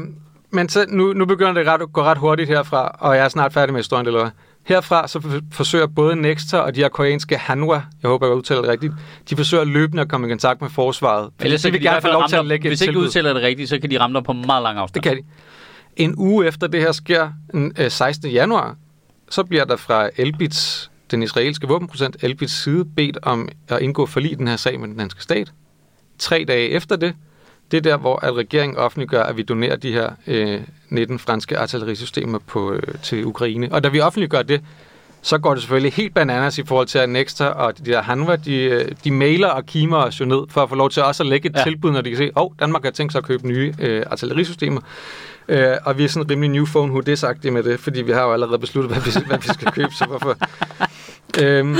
C: men så, nu, nu begynder det ret, gå ret hurtigt herfra, og jeg er snart færdig med historien, eller hvad? Herfra så for- forsøger både Nexter og de her koreanske Hanwha, jeg håber, jeg udtaler det rigtigt, de forsøger løbende at komme i kontakt med forsvaret.
B: Ellers så
C: de
B: kan
C: vil
B: de i
C: gerne
B: hvert
C: få
B: fald
C: lov
B: ramme
C: til at
B: dig-
C: lægge et
B: Hvis ikke
C: tilbud.
B: udtaler det rigtigt, så kan de ramme dig på meget lang afstand.
C: Det kan de. En uge efter det her sker, den øh, 16. januar, så bliver der fra Elbits, den israelske våbenprocent, Elbits side, bedt om at indgå forlig i den her sag med den danske stat. Tre dage efter det, det er der, hvor at regeringen offentliggør, at vi donerer de her øh, 19 franske artillerisystemer på, øh, til Ukraine. Og da vi offentliggør det, så går det selvfølgelig helt bananas i forhold til, at Nexter og de der Hanva, de, øh, de mailer og kimer os jo ned for at få lov til også at lægge et
B: Ja.
C: ja. tilbud, når de kan se, at oh, Danmark har tænkt sig at købe nye øh, artillerisystemer. Øh, og vi er sådan rimelig new phone who this med det, fordi vi har jo allerede besluttet, hvad vi, hvad vi skal købe, så hvorfor... øhm,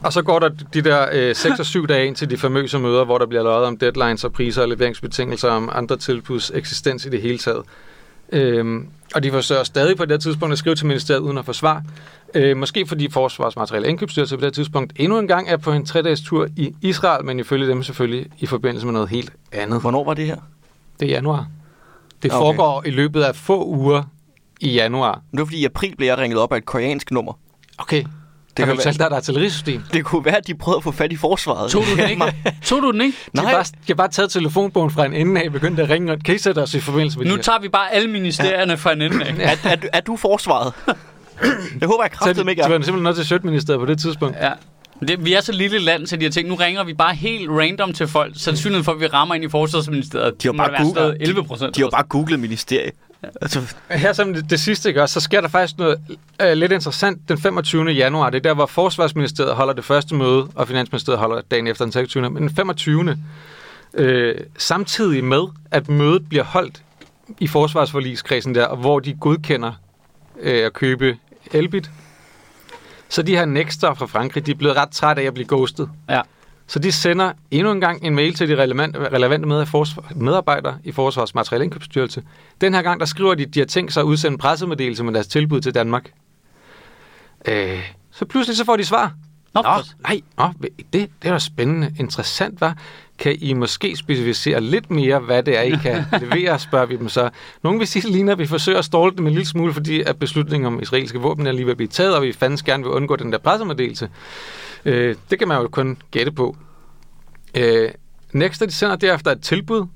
C: og så går der de der øh, 6 og 7 dage ind til de famøse møder, hvor der bliver løjet om deadlines og priser og leveringsbetingelser om andre tilbuds eksistens i det hele taget. Øhm, og de forsøger stadig på det her tidspunkt at skrive til ministeriet uden at få svar. Øh, måske fordi Forsvarsmateriale Indkøbsstyrelse på det her tidspunkt endnu en gang er på en tre-dages tur i Israel, men ifølge dem selvfølgelig i forbindelse med noget helt andet.
A: Hvornår var det her?
C: Det er januar. Det
A: Okay.
C: okay. foregår i løbet af få uger i januar.
A: Det var fordi, i april blev jeg ringet op af et koreansk nummer.
C: Okay. Det
A: kan
C: kan
A: være-
C: du selv, der er et artillerisystem.
A: Det kunne være, at de prøvede at få fat i forsvaret.
B: Tog du den ikke? Tog du den ikke?
C: Nej.
A: Nej.
C: De har bare, de har bare taget telefonbogen fra en ende af og begyndt at ringe. og- Kan I sætte os i forbindelse med
B: Nu
C: det her?
B: tager vi bare alle ministerierne fra en ende af.
A: Er, er, du- er du forsvaret? Jeg håber, jeg
C: Så
A: kraftedeme
C: de,
A: ikke
C: de var
A: er.
C: simpelthen nødt til Sødministeriet på det tidspunkt.
B: Ja. Det, vi er så lille et land, så de har tænkt, nu ringer vi bare helt random til folk. Sandsynligheden for, at vi rammer ind i forsvarsministeriet,
A: De har
B: må
A: bare
B: da være
A: googlet.
B: stadig 11 procent.
A: De har jo bare googlet ministerie. Altså,
C: Her som det, det sidste, ikke også, så sker der faktisk noget øh, lidt interessant den 25. januar. Det er der, hvor Forsvarsministeriet holder det første møde, og Finansministeriet holder dagen efter den 26. Men den 25. Øh, samtidig med, at mødet bliver holdt i forsvarsforligskredsen der, og hvor de godkender øh, at købe Elbit. Så de her Nexter fra Frankrig, de er blevet ret trætte af at blive ghostet.
B: Ja.
C: Så de sender endnu en gang en mail til de relevante, relevante med- forsvar- medarbejdere i Forsvars Materielindkøbsstyrelse. Den her gang, der skriver de, at de har tænkt sig at udsende en pressemeddelelse med deres tilbud til Danmark. Øh, så pludselig så får de svar.
B: Nå,
C: Nå, nej, nå, det, det er da spændende. Interessant, var. Kan I måske specificere lidt mere, hvad det er, I kan levere, spørger vi dem så. Nogle vil sige, ligner, at vi forsøger at ståle dem en lille smule, fordi at beslutningen om israelske våben er lige ved at blive taget, og vi fandens gerne vil undgå den der pressemeddelelse. Øh, det kan man jo kun gætte på. Øh, Nexter, de sender derefter et tilbud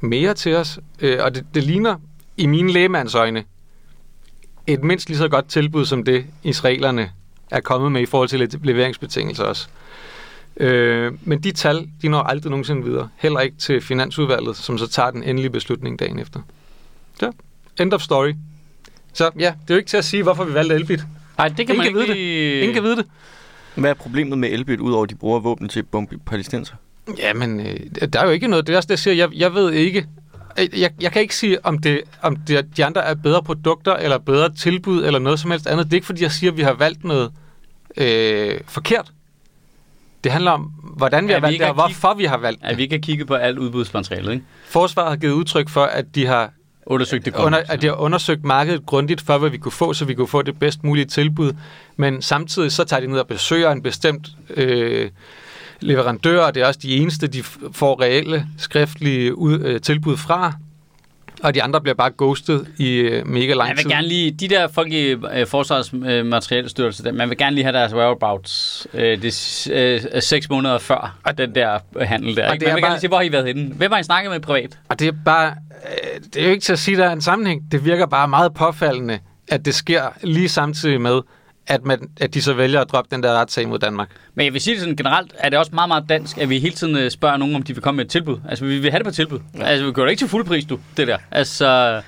C: mere til os, øh, og det, det ligner i mine lægemands øjne et mindst lige så godt tilbud som det, israelerne er kommet med i forhold til le- leveringsbetingelser også. Øh, men de tal, de når aldrig nogensinde videre. Heller ikke til Finansudvalget, som så tager den endelige beslutning dagen efter. Så, end of story. Så ja, det er jo ikke til at sige, hvorfor vi valgte Elbit.
B: Nej, det kan
C: Ingen
B: man
C: kan
B: ikke
C: vide
B: lige...
C: Ingen kan vide det.
A: Hvad er problemet med Elbit, udover at de bruger våben til at bombe palæstinenser?
C: Ja, men øh, der er jo ikke noget. Det er også det, jeg siger. Jeg, jeg ved ikke. Øh, Jeg, jeg kan ikke sige, om, det, om det, er- de andre er bedre produkter, eller bedre tilbud, eller noget som helst andet. Det er ikke, fordi jeg siger, at vi har valgt noget øh, forkert. Det handler om, hvordan vi
B: Ja,
C: har
B: vi
C: valgt
B: ikke
C: det, og
B: har kig-
C: hvorfor vi har valgt
B: At
C: det.
B: vi ikke har kigget på alt udbudsmaterialet, ikke?
C: Forsvaret har givet udtryk for, at de har
B: Undersøgt det godt.
C: under, at de har undersøgt markedet grundigt for, hvad vi kunne få, så vi kunne få det bedst mulige tilbud. Men samtidig så tager de ned og besøger en bestemt øh, leverandør, og det er også de eneste, de f- får reelle skriftlige ud, øh, tilbud fra. Og de andre bliver bare ghostet i øh, mega lang
B: Man vil
C: tid.
B: gerne lige, de der folk i øh, forsvars øh, materielstyrelse, der, man vil gerne lige have deres whereabouts øh, det, s- øh, øh, seks måneder før den der øh, handel der.
C: Og
B: Ikke?
C: det
B: Man
C: er
B: vil
C: bare-
B: gerne lige sige, hvor har I været henne? Hvem har I snakket med privat?
C: Og det er bare, øh, det er jo ikke til at sige, der er en sammenhæng. Det virker bare meget påfaldende, at det sker lige samtidig med, at, man, at de så vælger at droppe den der retssag mod Danmark.
B: Men jeg vil sige det sådan generelt, er det også meget, meget dansk, at vi hele tiden øh, spørger nogen, om de vil komme med et tilbud. Altså, vi vil have det på tilbud. Ja. Altså, vi gør det ikke til fuld pris, du, det der. Altså,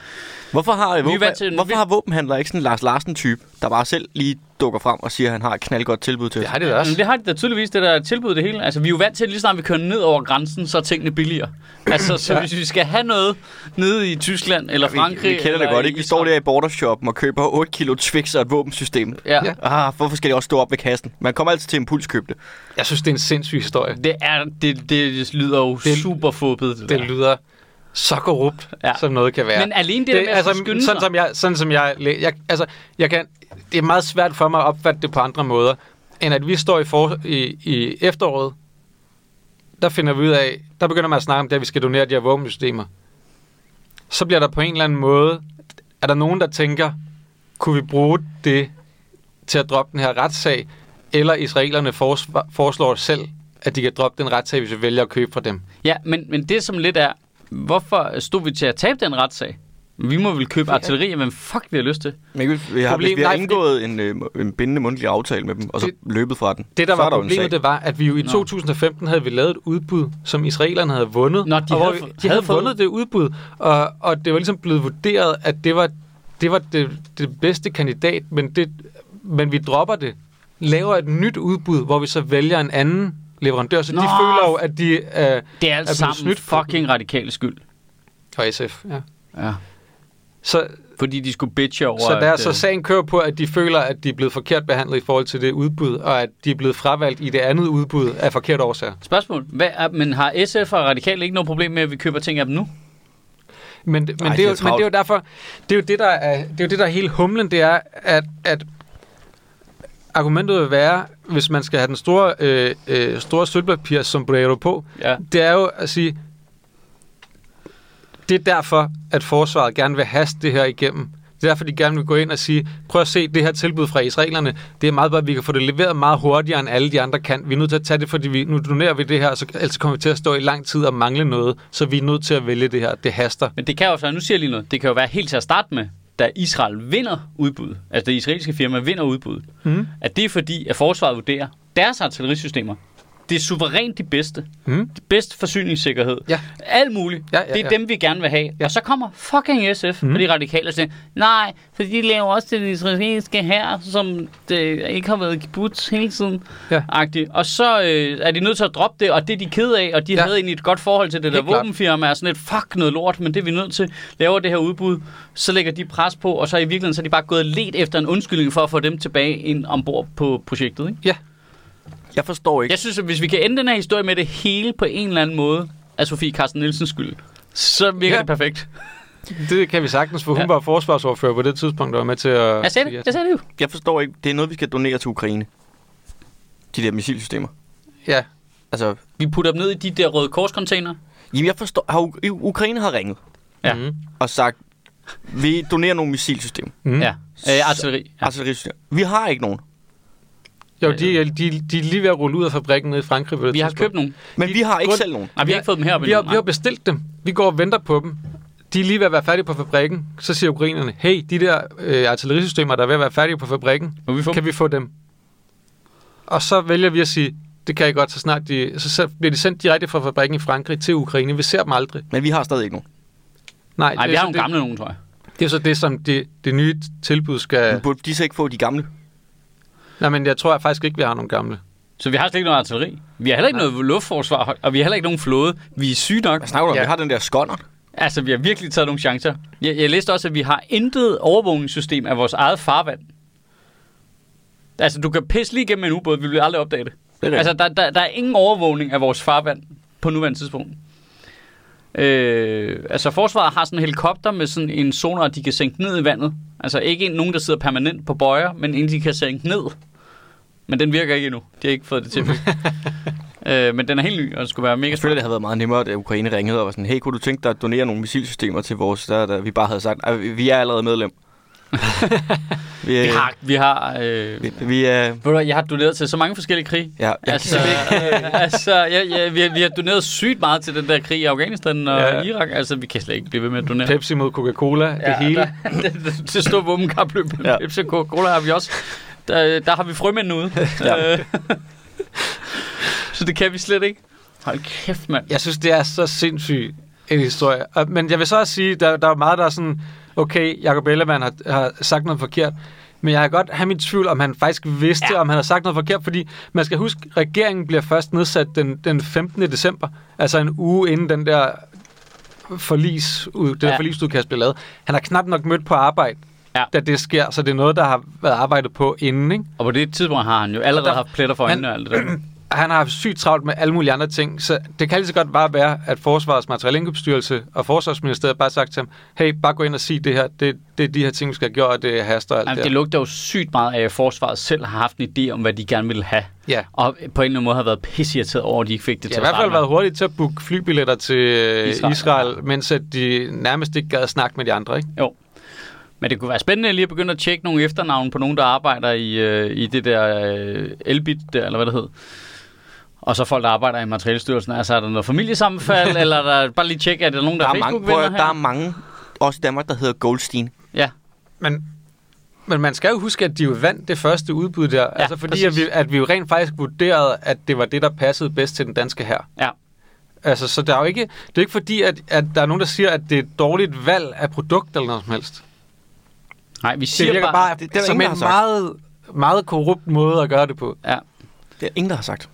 A: Hvorfor har,
B: er
A: våben,
B: vant til-
A: hvorfor
B: vi-
A: har våbenhandler ikke sådan en Lars Larsen-type, der bare selv lige dukker frem og siger, at han har et knaldgodt tilbud til
C: Det
A: os?
C: har det da også.
B: Jamen, det har de da tydeligvis, det der tilbud det hele. Altså, vi er jo vant til, at lige snart vi kører ned over grænsen, så er tingene billigere. Altså, så ja. hvis vi skal have noget nede i Tyskland eller Frankrig...
A: vi, vi kender det
B: eller
A: godt, ikke? Vi står
B: Israel.
A: der i bordershoppen og køber 8 kilo Twix og et våbensystem.
B: Ja.
C: Ja.
A: Ah, hvorfor skal det også stå op ved kassen? Man kommer altid til impulskøb det.
C: Jeg synes, det er en sindssyg historie.
B: Det, er, det, det lyder jo det,
C: Det-
B: super fodbet, det,
C: Det
B: der.
C: lyder så korrupt,
B: Ja.
C: ja. som noget kan være.
B: Men alene det, det der med altså, at skynde
C: sådan,
B: sig...
C: som jeg, sådan som jeg, læ- jeg, altså, jeg kan, det er meget svært for mig at opfatte det på andre måder, end at vi står i, for, i, i efteråret, der finder vi ud af, der begynder man at snakke om det, at vi skal donere de her våbensystemer. Så bliver der på en eller anden måde, er der nogen, der tænker, kunne vi bruge det til at droppe den her retssag, eller israelerne forsvar- foreslår selv, at de kan droppe den retssag, hvis vi vælger at købe fra dem.
B: Ja, men, men det som lidt er... Hvorfor stod vi til at tabe den retssag? Vi må vel købe artilleri, hvem fuck vi har lyst til.
A: Men hvis vi har,
C: Problem-
A: hvis vi har
C: nej, fordi-
A: indgået en, øh, en bindende mundtlig aftale med dem, og så
C: Det-
A: løbet fra den,
C: Det, der
A: så
C: var
A: er der jo en
C: problemet,
A: sag.
C: det var, at vi jo i
B: Nå.
C: 2015 havde vi lavet et udbud, som israelerne havde vundet.
B: Nå, de
C: og hvor
B: havde
C: vi-
B: fu-
C: de
B: havde
C: havde
B: fået-
C: vundet det udbud, og, og det var ligesom blevet vurderet, at det var det, var det, det bedste kandidat, men, det, men vi dropper det, laver et nyt udbud, hvor vi så vælger en anden leverandør, så
B: Nå.
C: Nå. de føler jo, at de øh,
B: Det er
C: Er
B: alt
C: blevet
B: sammen
C: snydt for-
B: fucking radikal skyld.
C: og SF, ja.
B: Ja.
C: Så,
B: Fordi de skulle bitche over...
C: så, der,
B: at,
C: så
B: øh,
C: sagen kører på, at de føler, at de er blevet forkert behandlet i forhold til det udbud, og at de er blevet fravalgt i det andet udbud af forkerte årsager.
B: Spørgsmål. Hvad er, men har SF og Radikale ikke noget problem med, at vi køber ting af dem nu?
C: Men,
A: Ej,
C: men, Ej,
A: det
C: det
A: er
C: er jo, men det er jo derfor, det er jo det, der er, det er jo det, der er hele humlen, det er, at, at argumentet vil være, hvis man skal have den store, øh, øh, store sølvpapir sombrero på,
B: Ja.
C: det er jo at sige, det er derfor, at forsvaret gerne vil haste det her igennem. Det er derfor, de gerne vil gå ind og sige, prøv at se det her tilbud fra israelerne. Det er meget bare, at vi kan få det leveret meget hurtigere, end alle de andre kan. Vi er nødt til at tage det, fordi vi, nu donerer vi det her, og så, ellers kommer vi til at stå i lang tid og mangle noget. Så vi er nødt til at vælge det her. Det haster.
B: Men det kan jo så, nu siger jeg lige noget, det kan jo være helt til at starte med, da Israel vinder udbuddet, altså det israelske firma vinder udbuddet,
C: Mm.
B: at det er fordi, at forsvaret vurderer deres artillerisystemer, det er suverænt de bedste.
C: Mm.
B: Det bedste forsyningssikkerhed.
C: Ja.
B: Alt muligt.
C: Ja, ja,
B: det er
C: ja.
B: dem, vi gerne vil have. Ja.
C: Ja. Mhm.
B: Og så kommer fucking SF mm. og de radikale og siger, nej, for de laver også til den israelske her, som det ikke har været kibbutz hele tiden.
C: Ja.
B: -agtigt. Og så øh, er de nødt til at droppe det, og det er de ked af, og de ja.
C: Ja.
B: havde egentlig et godt forhold til det der
C: Helt klart.
B: våbenfirma, er sådan et fuck noget lort, men det er vi nødt til, laver det her udbud, så lægger de pres på, og så i virkeligheden så er de bare gået let efter en undskyldning for at få dem tilbage ind ombord på projektet. Ikke?
C: Ja,
A: Jeg forstår ikke.
B: Jeg synes, at hvis vi kan ende den her historie med at det hele på en eller anden måde er Sofie Carsten Nielsens skyld, så virker ja.
C: Ja.
B: det perfekt.
C: det kan vi sagtens, for hun
B: Ja.
C: ja. var forsvarsordfører på det tidspunkt, der var med til at...
B: Jeg sagde det, jeg sagde det jo.
A: Jeg forstår ikke. Det er noget, vi skal donere til Ukraine. De der missilsystemer.
C: Ja,
A: Altså,
B: Vi putter dem ned i de der røde korscontainer.
C: Mm.
A: jamen jeg forstår... Har, U- Ukraine har ringet
B: Ja.
C: Mhm.
A: og sagt, vi donerer nogle missilsystemer.
C: Mm.
B: Ja. Øh, artilleri. Ja.
A: Artillerisystemer. Vi har ikke nogen.
C: Jo, de, er- de, de er lige ved at rulle ud af fabrikken nede i Frankrig på det
B: Øh. Vi har
C: tidspunkt.
B: købt nogle.
A: Men
C: De-
A: vi har ikke
C: grund-
A: selv nogen.
B: Nej, vi har ikke fået dem her.
C: vi har, vi har bestilt dem. Vi går og venter på dem. De er lige ved at være færdige på fabrikken. Så siger ukrainerne, hey, de der øh, artillerisystemer, der er ved at være færdige på fabrikken,
B: Må vi få
C: kan vi få dem? Og så vælger vi at sige, Det kan I godt, så snart de... Så, så bliver de sendt direkte fra fabrikken i Frankrig til Ukraine. Vi ser dem aldrig.
A: Men vi har stadig ikke nogen.
C: Nej,
B: Nej,
C: det,
B: vi
C: er
B: har nogle
C: så Altså, det,
B: gamle nogen, tror jeg.
C: det er så det, som det, det nye tilbud skal...
A: Men Burde de så ikke få de gamle?
C: Nej, men jeg tror faktisk ikke, vi har nogen gamle.
B: Så vi har slet ikke noget artilleri. Vi har heller ikke noget luftforsvar, og vi har heller ikke nogen flåde. Vi er syge nok.
A: Hvad snakker du om?
C: Ja.
A: Vi har den der skonner.
B: Altså, vi har virkelig taget nogle chancer. Jeg, jeg læste også, at vi har intet overvågningssystem af vores eget farvand. Altså, du kan pisse lige igennem en ubåd, vi vil aldrig opdage det.
A: Det er det.
B: Altså, der, der, der er ingen overvågning af vores farvand på nuværende tidspunkt. Øh, altså, forsvaret har sådan en helikopter med sådan en sonar, de kan sænke ned i vandet. Altså, ikke en, nogen, der sidder permanent på bøjer, men en, de kan sænke ned. Men den virker ikke endnu. De har ikke fået det til. øh, men den er helt ny, og det skulle være mega
A: Jeg føler, det havde været meget nemmere, at Ukraine ringede og var sådan, hey, kunne du tænke dig at donere nogle missilsystemer til vores, der, der vi bare havde sagt, at vi er allerede medlem. vi, er,
B: Vi har, vi har øh,
A: Vi, vi er,
B: Ved du, hvad, jeg har doneret til så mange forskellige krige.
A: ja, jeg,
B: Altså, øh, altså ja, ja, vi, har- vi har doneret sygt meget til den der krig i Afghanistan og
C: Ja.
B: ja. Irak. Altså, vi kan slet ikke blive ved med at donere.
C: Pepsi mod Coca-Cola, ja, det hele.
B: Der, det, det, det store våbenkapløb med
A: Ja.
B: ja. Pepsi og Coca-Cola har vi også. Der, der har vi frømændene ude. ja. så det kan vi slet ikke. Hold kæft, mand.
C: Jeg synes, det er så sindssyg en historie. Og- Men jeg vil så også sige, der, der er jo meget, der er sådan, okay, Jacob Ellemann har, har sagt noget forkert, men jeg kan godt have min tvivl, om han faktisk vidste, ja. om han har sagt noget forkert, fordi man skal huske, regeringen bliver først nedsat den, den 15. december, altså en uge inden den der forlis, det der
B: Ja.
C: forlisudkast bliver lavet. Han har knap nok mødt på arbejde,
B: Ja.
C: da det sker, så det er noget, der har været arbejdet på inden, ikke?
B: Og på det tidspunkt har han jo allerede
C: Der-
B: haft pletter for
C: han-
B: øjnene og alt det der.
C: han har haft sygt travlt med alle mulige andre ting, så det kan lige så godt bare være, at Forsvarets Materielindkøbsstyrelse og Forsvarsministeriet bare har sagt til ham, hey, bare gå ind og sig det her, det, det er de her ting, vi skal have gjort, og det haster og alt
B: Jamen,
C: Jamen,
B: det
C: det her.
B: lugter jo sygt meget af, at forsvaret selv har haft en idé om, hvad de gerne ville have.
C: Ja.
B: Og på en eller anden måde har været pissirriteret over, at de ikke fik det
C: De
B: til
C: har i
B: at
C: hvert fald
B: starte med.
C: været hurtigt til at booke flybilletter til Israel,
B: Israel.
C: Israel mens at de nærmest ikke gad at snakke med de andre. Ikke?
B: Jo. Men det kunne være spændende lige at begynde at tjekke nogle efternavne på nogen, der arbejder i, øh, i det der øh, Elbit, der, eller hvad det hed. Og så folk, der arbejder i Materialstyrelsen. Altså, er der noget familiesammenfald, eller er der, bare lige tjekke, er der nogen, der,
A: der, er
B: er
A: mange, prøv,
B: Facebook-venner
A: at-
B: her?
A: der er mange, også i Danmark, der hedder Goldstein.
B: Ja,
C: Men, men man skal jo huske, at de jo vandt det første udbud der, ja, altså fordi at
B: præcis.
C: vi, at vi jo rent faktisk vurderede, at det var det, der passede bedst til den danske her.
B: ja.
C: Altså, så der er jo ikke, det er ikke fordi, at, at der er nogen, der siger, at det er et dårligt valg af produkt eller noget som helst.
B: Nej, vi
C: Det
B: siger
C: virker
B: bare...
C: bare
A: det-
C: det,
A: det er
C: det
A: der
C: som
A: ingen, der
C: en
A: har
C: meget, meget korrupt måde at gøre det på.
B: Ja.
A: Det er ingen, der har sagt.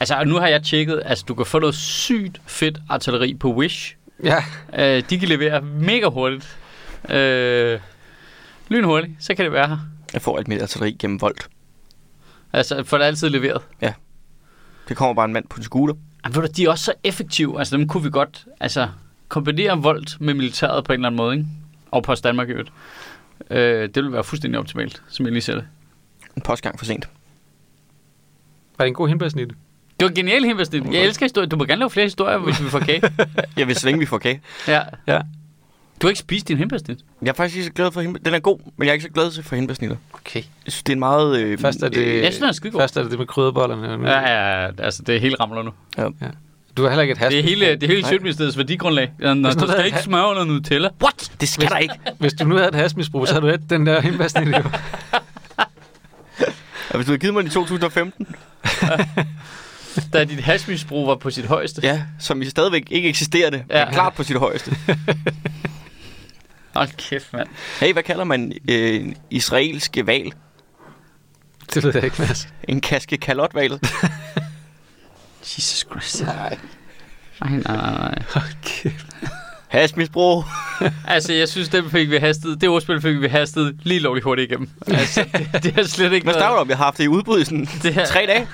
B: Altså, og nu har jeg tjekket, altså, du kan få noget sygt fedt artilleri på Wish.
C: Ja,
B: Øh, de kan levere mega hurtigt. Øh, lynhurtigt, så kan det være her.
A: Jeg får alt mit artilleri gennem voldt.
B: Altså, for det er altid leveret.
A: Det kommer bare en mand på en scooter.
B: Jamen, ved du, de er også så effektive. Altså, dem kunne vi godt altså, kombinere voldt med militæret på en eller anden måde, ikke? Og Post Danmark i øvrigt. Øh, det ville være fuldstændig optimalt, som jeg lige ser det.
A: En postgang for sent.
C: var det en god henbærsnitte?
B: Det var en genial himmelstid. Jeg elsker historier. Du må gerne lave flere historier, hvis vi får kage.
A: Jeg vil svinge, vi får kage.
B: Ja. Mm.
C: Ja.
B: Du har ikke spist din himmelstid.
A: Jeg er faktisk ikke så glad for hende. Den er god, men jeg er ikke så glad for hende
C: Okay.
A: Jeg synes, det er en meget... Øh,
C: Først er det,
B: Jeg synes, den er skidegod.
C: først er det, det med krydderbollerne.
B: Ja, ja, altså det er helt ramler nu.
C: Du har heller ikke et has.
B: Det er hele, det er hele
A: Nej.
B: Sjøtministeriets værdigrundlag. Nå, nå, du skal ikke smøre under Nutella. What?
A: det skal der ikke.
C: Hvis du nu havde et hasmisbrug, så havde du et den der henbærsnitte. jo.
A: Ja, hvis du havde givet mig den i 2015,
B: Da dit hashmisbrug var på sit højeste.
A: ja, som i stadigvæk ikke eksisterende, ja.
B: Ja.
A: er klart på sit højeste.
B: Hold kæft, mand.
A: Hey, hvad kalder man øh, en israelsk val?
C: det ved jeg ikke, Mads.
A: En kaske kalotval?
B: Jesus Christ. Nej. Nej, nej, nej.
C: Okay.
A: Hasmisbrug?
B: Altså, jeg synes, den fik vi hastet. Det ordspil fik vi hastet lige lovligt hurtigt igennem. Altså, det, det er slet ikke
A: Hvad snakker du om? Jeg har haft det i udbud i sådan
B: Det her,
A: tre dage.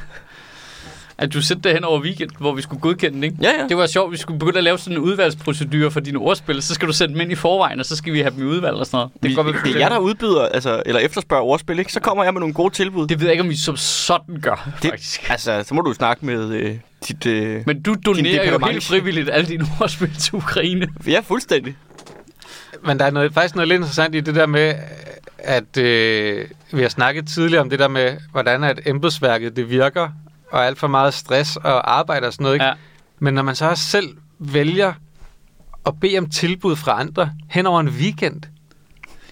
B: at du sendte det hen over weekend, hvor vi skulle godkende den, ikke?
A: Ja, ja.
B: Det var sjovt, vi skulle begynde at lave sådan en udvalgsprocedure for dine ordspil. Så skal du sende dem ind i forvejen, og så skal vi have dem i udvalg og sådan noget. Det,
A: Det,
B: kan godt, være,
A: det er jeg, der udbyder, altså, eller efterspørger ordspil, ikke? Så kommer jeg med nogle gode tilbud. Det,
B: det ved jeg ikke, om vi som sådan gør,
A: Det-
B: det... faktisk.
A: altså, så må du snakke med øh, dit... Øh,
B: Men du donerer jo
A: departement.
B: helt frivilligt alle dine ordspil til Ukraine.
A: ja, fuldstændig.
C: Men der er noget, faktisk noget lidt interessant i det der med, at øh, vi har snakket tidligere om det der med, hvordan at embedsværket det virker, og alt for meget stress og arbejde og sådan noget. Ikke?
B: Ja.
C: Men når man så også selv vælger at bede om tilbud fra andre hen over en weekend,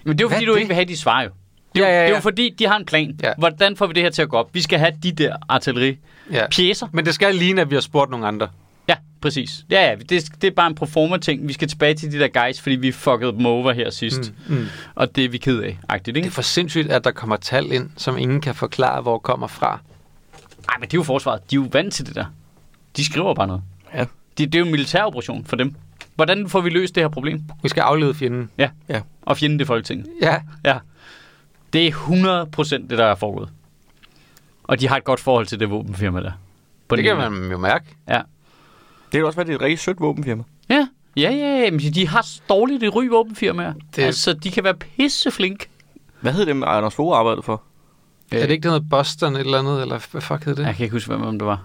B: Men det er jo,
C: Hvad
B: fordi
C: er
B: du
C: det?
B: ikke vil have, de svarer jo. Det Det er, jo,
C: Ja, ja,
B: det er
C: ja.
B: jo fordi, de har en plan.
C: Ja.
B: Hvordan får vi det her til at gå op? Vi skal have de der artilleripjæser.
C: Ja. Men det skal ligne, at vi har spurgt nogle andre.
B: Ja, præcis. Ja, ja, det, det er bare en proforma-ting. Vi skal tilbage til de der guys, fordi vi fuckede dem over her sidst. Mm.
C: Mm.
B: Og det er vi ked af, agtigt,
C: Det
B: ikke?
C: er for sindssygt, at der kommer tal ind, som ingen kan forklare, hvor kommer fra.
B: Nej, men det er jo forsvaret. De er jo vant til det der. De skriver bare noget.
A: Ja.
B: Det, det er jo en militæroperation for dem. Hvordan får vi løst det her problem?
C: Vi skal aflede fjenden.
B: Og fjenden det er Folketinget.
C: Ja,
B: Ja. Det er 100% det, der er foregået. Og de har et godt forhold til det våbenfirma der. På
C: det
B: den
C: kan
B: ene
C: man jo mærke.
B: Ja.
A: Det kan også være, det er et rigtig sødt våbenfirma.
B: Ja. Ja, ja, ja, men de har så dårligt et ry våbenfirmaer. Det...
C: Det-
B: Altså, de kan være pisseflink.
A: Hvad hed det, Anders Fogh arbejdede for?
B: Øh.
C: Er det ikke noget Boston et eller andet, eller hvad fuck hed det?
B: Jeg kan ikke huske, hvem hvem det var.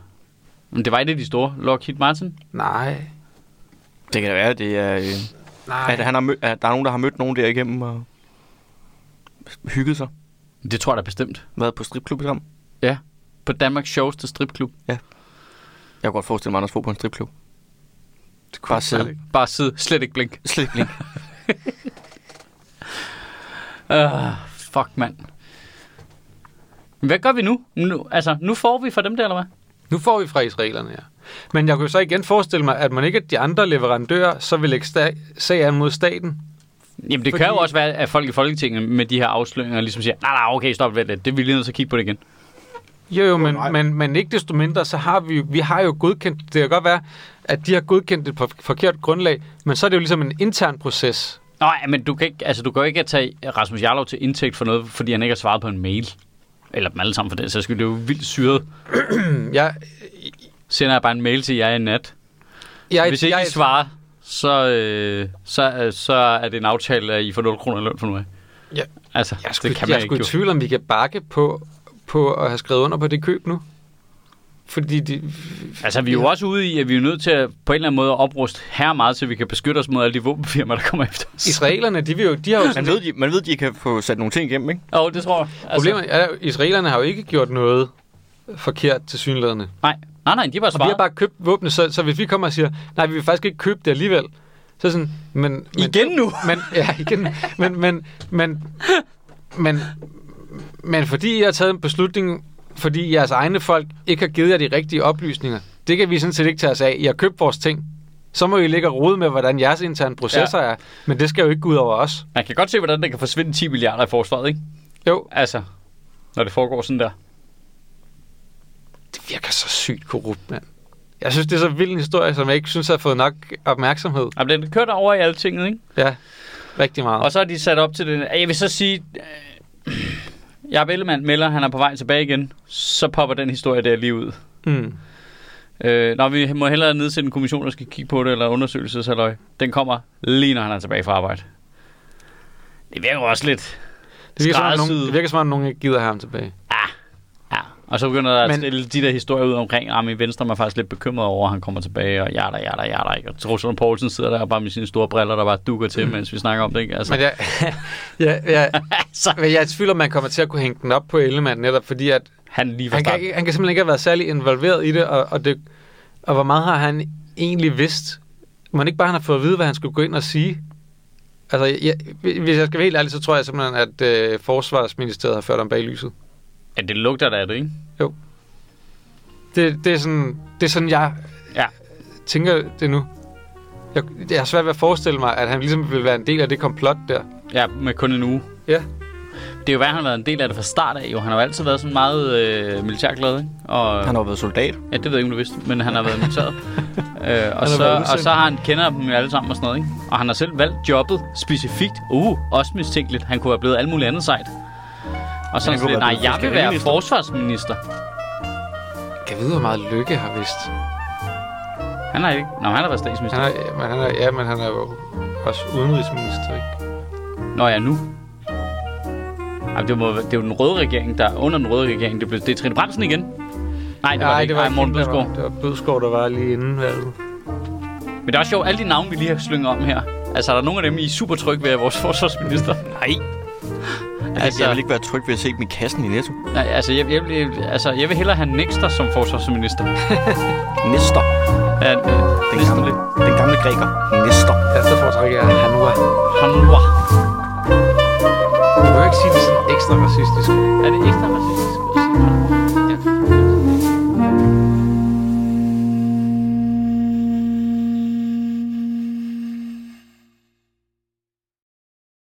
B: Men det var et af de store. Lockheed Martin?
C: Nej.
A: Det kan da være, det er, øh,
C: Nej.
A: at, han har mød, at der er nogen, der har mødt nogen der igennem og hygget sig.
B: Det tror jeg da bestemt.
A: Været på stripklub sammen.
B: Ja. På Danmarks sjoveste stripklub.
A: Jeg kunne godt forestille mig Anders Fogh på en stripklub. Det kunne Bare
C: slet
A: sidde.
C: ikke.
B: Bare sidde, slet ikke blink.
A: Slet ikke.
B: Uh, fuck, mand. Men Hvad gør vi nu? nu? Altså, nu får vi fra dem der, eller hvad?
C: Nu får vi fra israelerne, ja. Men jeg kunne så igen forestille mig, at man ikke at de andre leverandører, så vil ikke sta- sag an mod staten.
B: Jamen, det Fordi...
C: Fordi-
B: kan jo også være, at folk i Folketinget med de her afsløringer ligesom siger, nej, nej, okay, stop lidt, lidt. Det er vi lige nødt til at kigge på det igen.
C: Jo, jo, men, men, men ikke desto mindre, så har vi, jo- vi har jo godkendt, det kan godt være, at de har godkendt det på forkert grundlag, men så er det jo ligesom en intern proces.
B: Nå, ja, men du kan ikke, altså, du kan jo ikke at tage Rasmus Jarlov til indtægt for noget, fordi han ikke har svaret på en mail. Eller dem alle sammen for det, så skulle det er jo vildt syret.
C: Jeg,
B: Sender jeg bare en mail til jer i nat.
C: jeg,
B: Hvis ikke
C: jeg,
B: I svarer, så, øh, så, øh, så er det en aftale, at I får 0 kroner i løn for nu af.
C: Ja.
B: Altså,
C: jeg, skulle,
B: det kan
C: jeg
B: man ikke
C: skulle i
B: jo.
C: tvivl, om vi kan bakke på, på at have skrevet under på det køb nu. Fordi de,
B: Altså, vi er jo også ude i, at vi er nødt til at på en eller anden måde opruste her meget, så vi kan beskytte os mod alle de våbenfirmaer, der kommer efter os.
C: israelerne, de, vil jo, de har jo
B: Altså-
A: Man ved, de, man ved, de kan få sat nogle ting igennem, ikke?
B: Åh, oh, det tror jeg. Altså,
C: Problemet er, at israelerne har jo ikke gjort noget forkert til synlædende.
B: Nej, nej, nej, de var
C: Og vi har
B: svaret. Bare...
C: bare købt våbne, så, så hvis vi kommer og siger, nej, vi vil faktisk ikke købe det alligevel, så er sådan, men... men
B: Igen nu?
C: Men, ja, igen. Men, men, men, men, men fordi jeg har taget en beslutning, fordi jeres egne folk ikke har givet jer de rigtige oplysninger, det kan vi sådan set ikke tage os af. I har købt vores ting. Så må I ligge og rode med, hvordan jeres interne processer ja. er. Men det skal jo ikke gå ud over os.
B: Man kan godt se, hvordan der kan forsvinde 10 milliarder i forsvaret, ikke?
C: Jo,
B: Altså, når det foregår sådan der.
C: det virker så sygt korrupt, mand. Jeg synes, det er så vild en historie, som jeg ikke synes har fået nok opmærksomhed.
B: Jamen, den kørt over i altinget, ikke?
C: Ja, rigtig meget.
B: Og så er de sat op til den. Jeg vil så sige, jeg Ellemann melder, han er på vej tilbage igen. Så popper den historie der lige ud.
C: Mm.
B: Øh, når vi må hellere nedsætte en kommission, der skal kigge på det, eller undersøgelseshalløj. Den kommer lige, når han er tilbage fra arbejde. Det virker jo også lidt...
C: Det virker, som om, nogen,
B: Skræddersyet.
C: det virker som om, nogen ikke gider have ham tilbage.
B: Ja. Og så begynder der at
C: Men-
B: stille de der historier ud omkring, at i Venstre er man faktisk lidt bekymret over, at han kommer tilbage, og jada, jada, jada. Ikke? Og Troelsund Poulsen sidder der bare med sine store briller, der bare dukker
C: Mm.
B: til, mens vi snakker om det. Ikke? Altså,
C: Men jeg, ja, ja,
B: altså,
C: men jeg er i tvivl om, man kommer til at kunne hænge den op på Ellemann, netop fordi, at
B: han lige var
C: han kan,
B: starten.
C: ikke, han kan simpelthen ikke have været særlig involveret i det, og, og det, og hvor meget har han egentlig vidst? Man ikke bare han har fået at vide, hvad han skulle gå ind og sige? Altså, jeg, hvis jeg skal være helt ærlig, så tror jeg simpelthen, at øh, Forsvarsministeriet har ført ham bag lyset.
B: Ja, det lugter da af det, ikke?
C: Det, det, er, sådan, det er sådan, jeg
B: Ja.
C: tænker det nu. Jeg, jeg har svært ved at forestille mig, at han ligesom vil være en del af det komplot der.
B: Ja, med kun en uge.
C: Ja.
B: Det er jo værd, han har været en del af det fra start af, jo. Han har jo altid været sådan meget øh, militærglad, ikke? Og,
A: Han har jo været soldat. Altså,
B: Ja, det ved jeg ikke, om du vidste, men han har været i militæret. øh, og,
C: været
B: så, og
C: udsendt.
B: så har han kender dem jo alle sammen og sådan noget, ikke? Og han har selv valgt jobbet specifikt. Uh, også mistænkeligt. Han kunne være blevet alt muligt andet sejt. Og så er
A: kunne
B: han sådan, lidt,
A: være
B: nej,
A: blevet
B: jeg vil være
A: fiskeriminister."
B: forsvarsminister.
C: Kan vide, hvor meget lykke har vidst.
B: Han har ikke... Nå, han har været
C: Han
B: statsminister.
C: er, ja, men han er, ja, men han er jo også udenrigsminister, ikke?
B: Nå ja, nu. Ej, det, må, det er jo den røde regering, der under den røde regering. Det, blev, det er Trine Bremsen igen. Nej, det var det ikke. Ej, Morten
C: hende, der
B: Bødskov.
C: var- Det var Bødskov, der var lige inden valget.
B: Men det er også sjovt, alle de navne, vi lige har slynget om her. Altså, er der nogen af dem, I er super trygge ved at vores forsvarsminister?
A: Nej. Altså, jeg vil ikke være tryg ved at se dem i kassen i Netto.
B: Nej, altså jeg, jeg, vil, altså, jeg vil hellere have Nexter som forsvarsminister.
A: Næster.
B: Ja, øh,
A: Den
B: næsten
A: gamle,
B: lidt.
A: den gamle græker. Næster.
C: Ja, så foretrækker jeg Hanua.
B: Hanwha.
E: Du kan jo ikke sige det sådan ekstra racistisk.
C: Er det ekstra racistisk?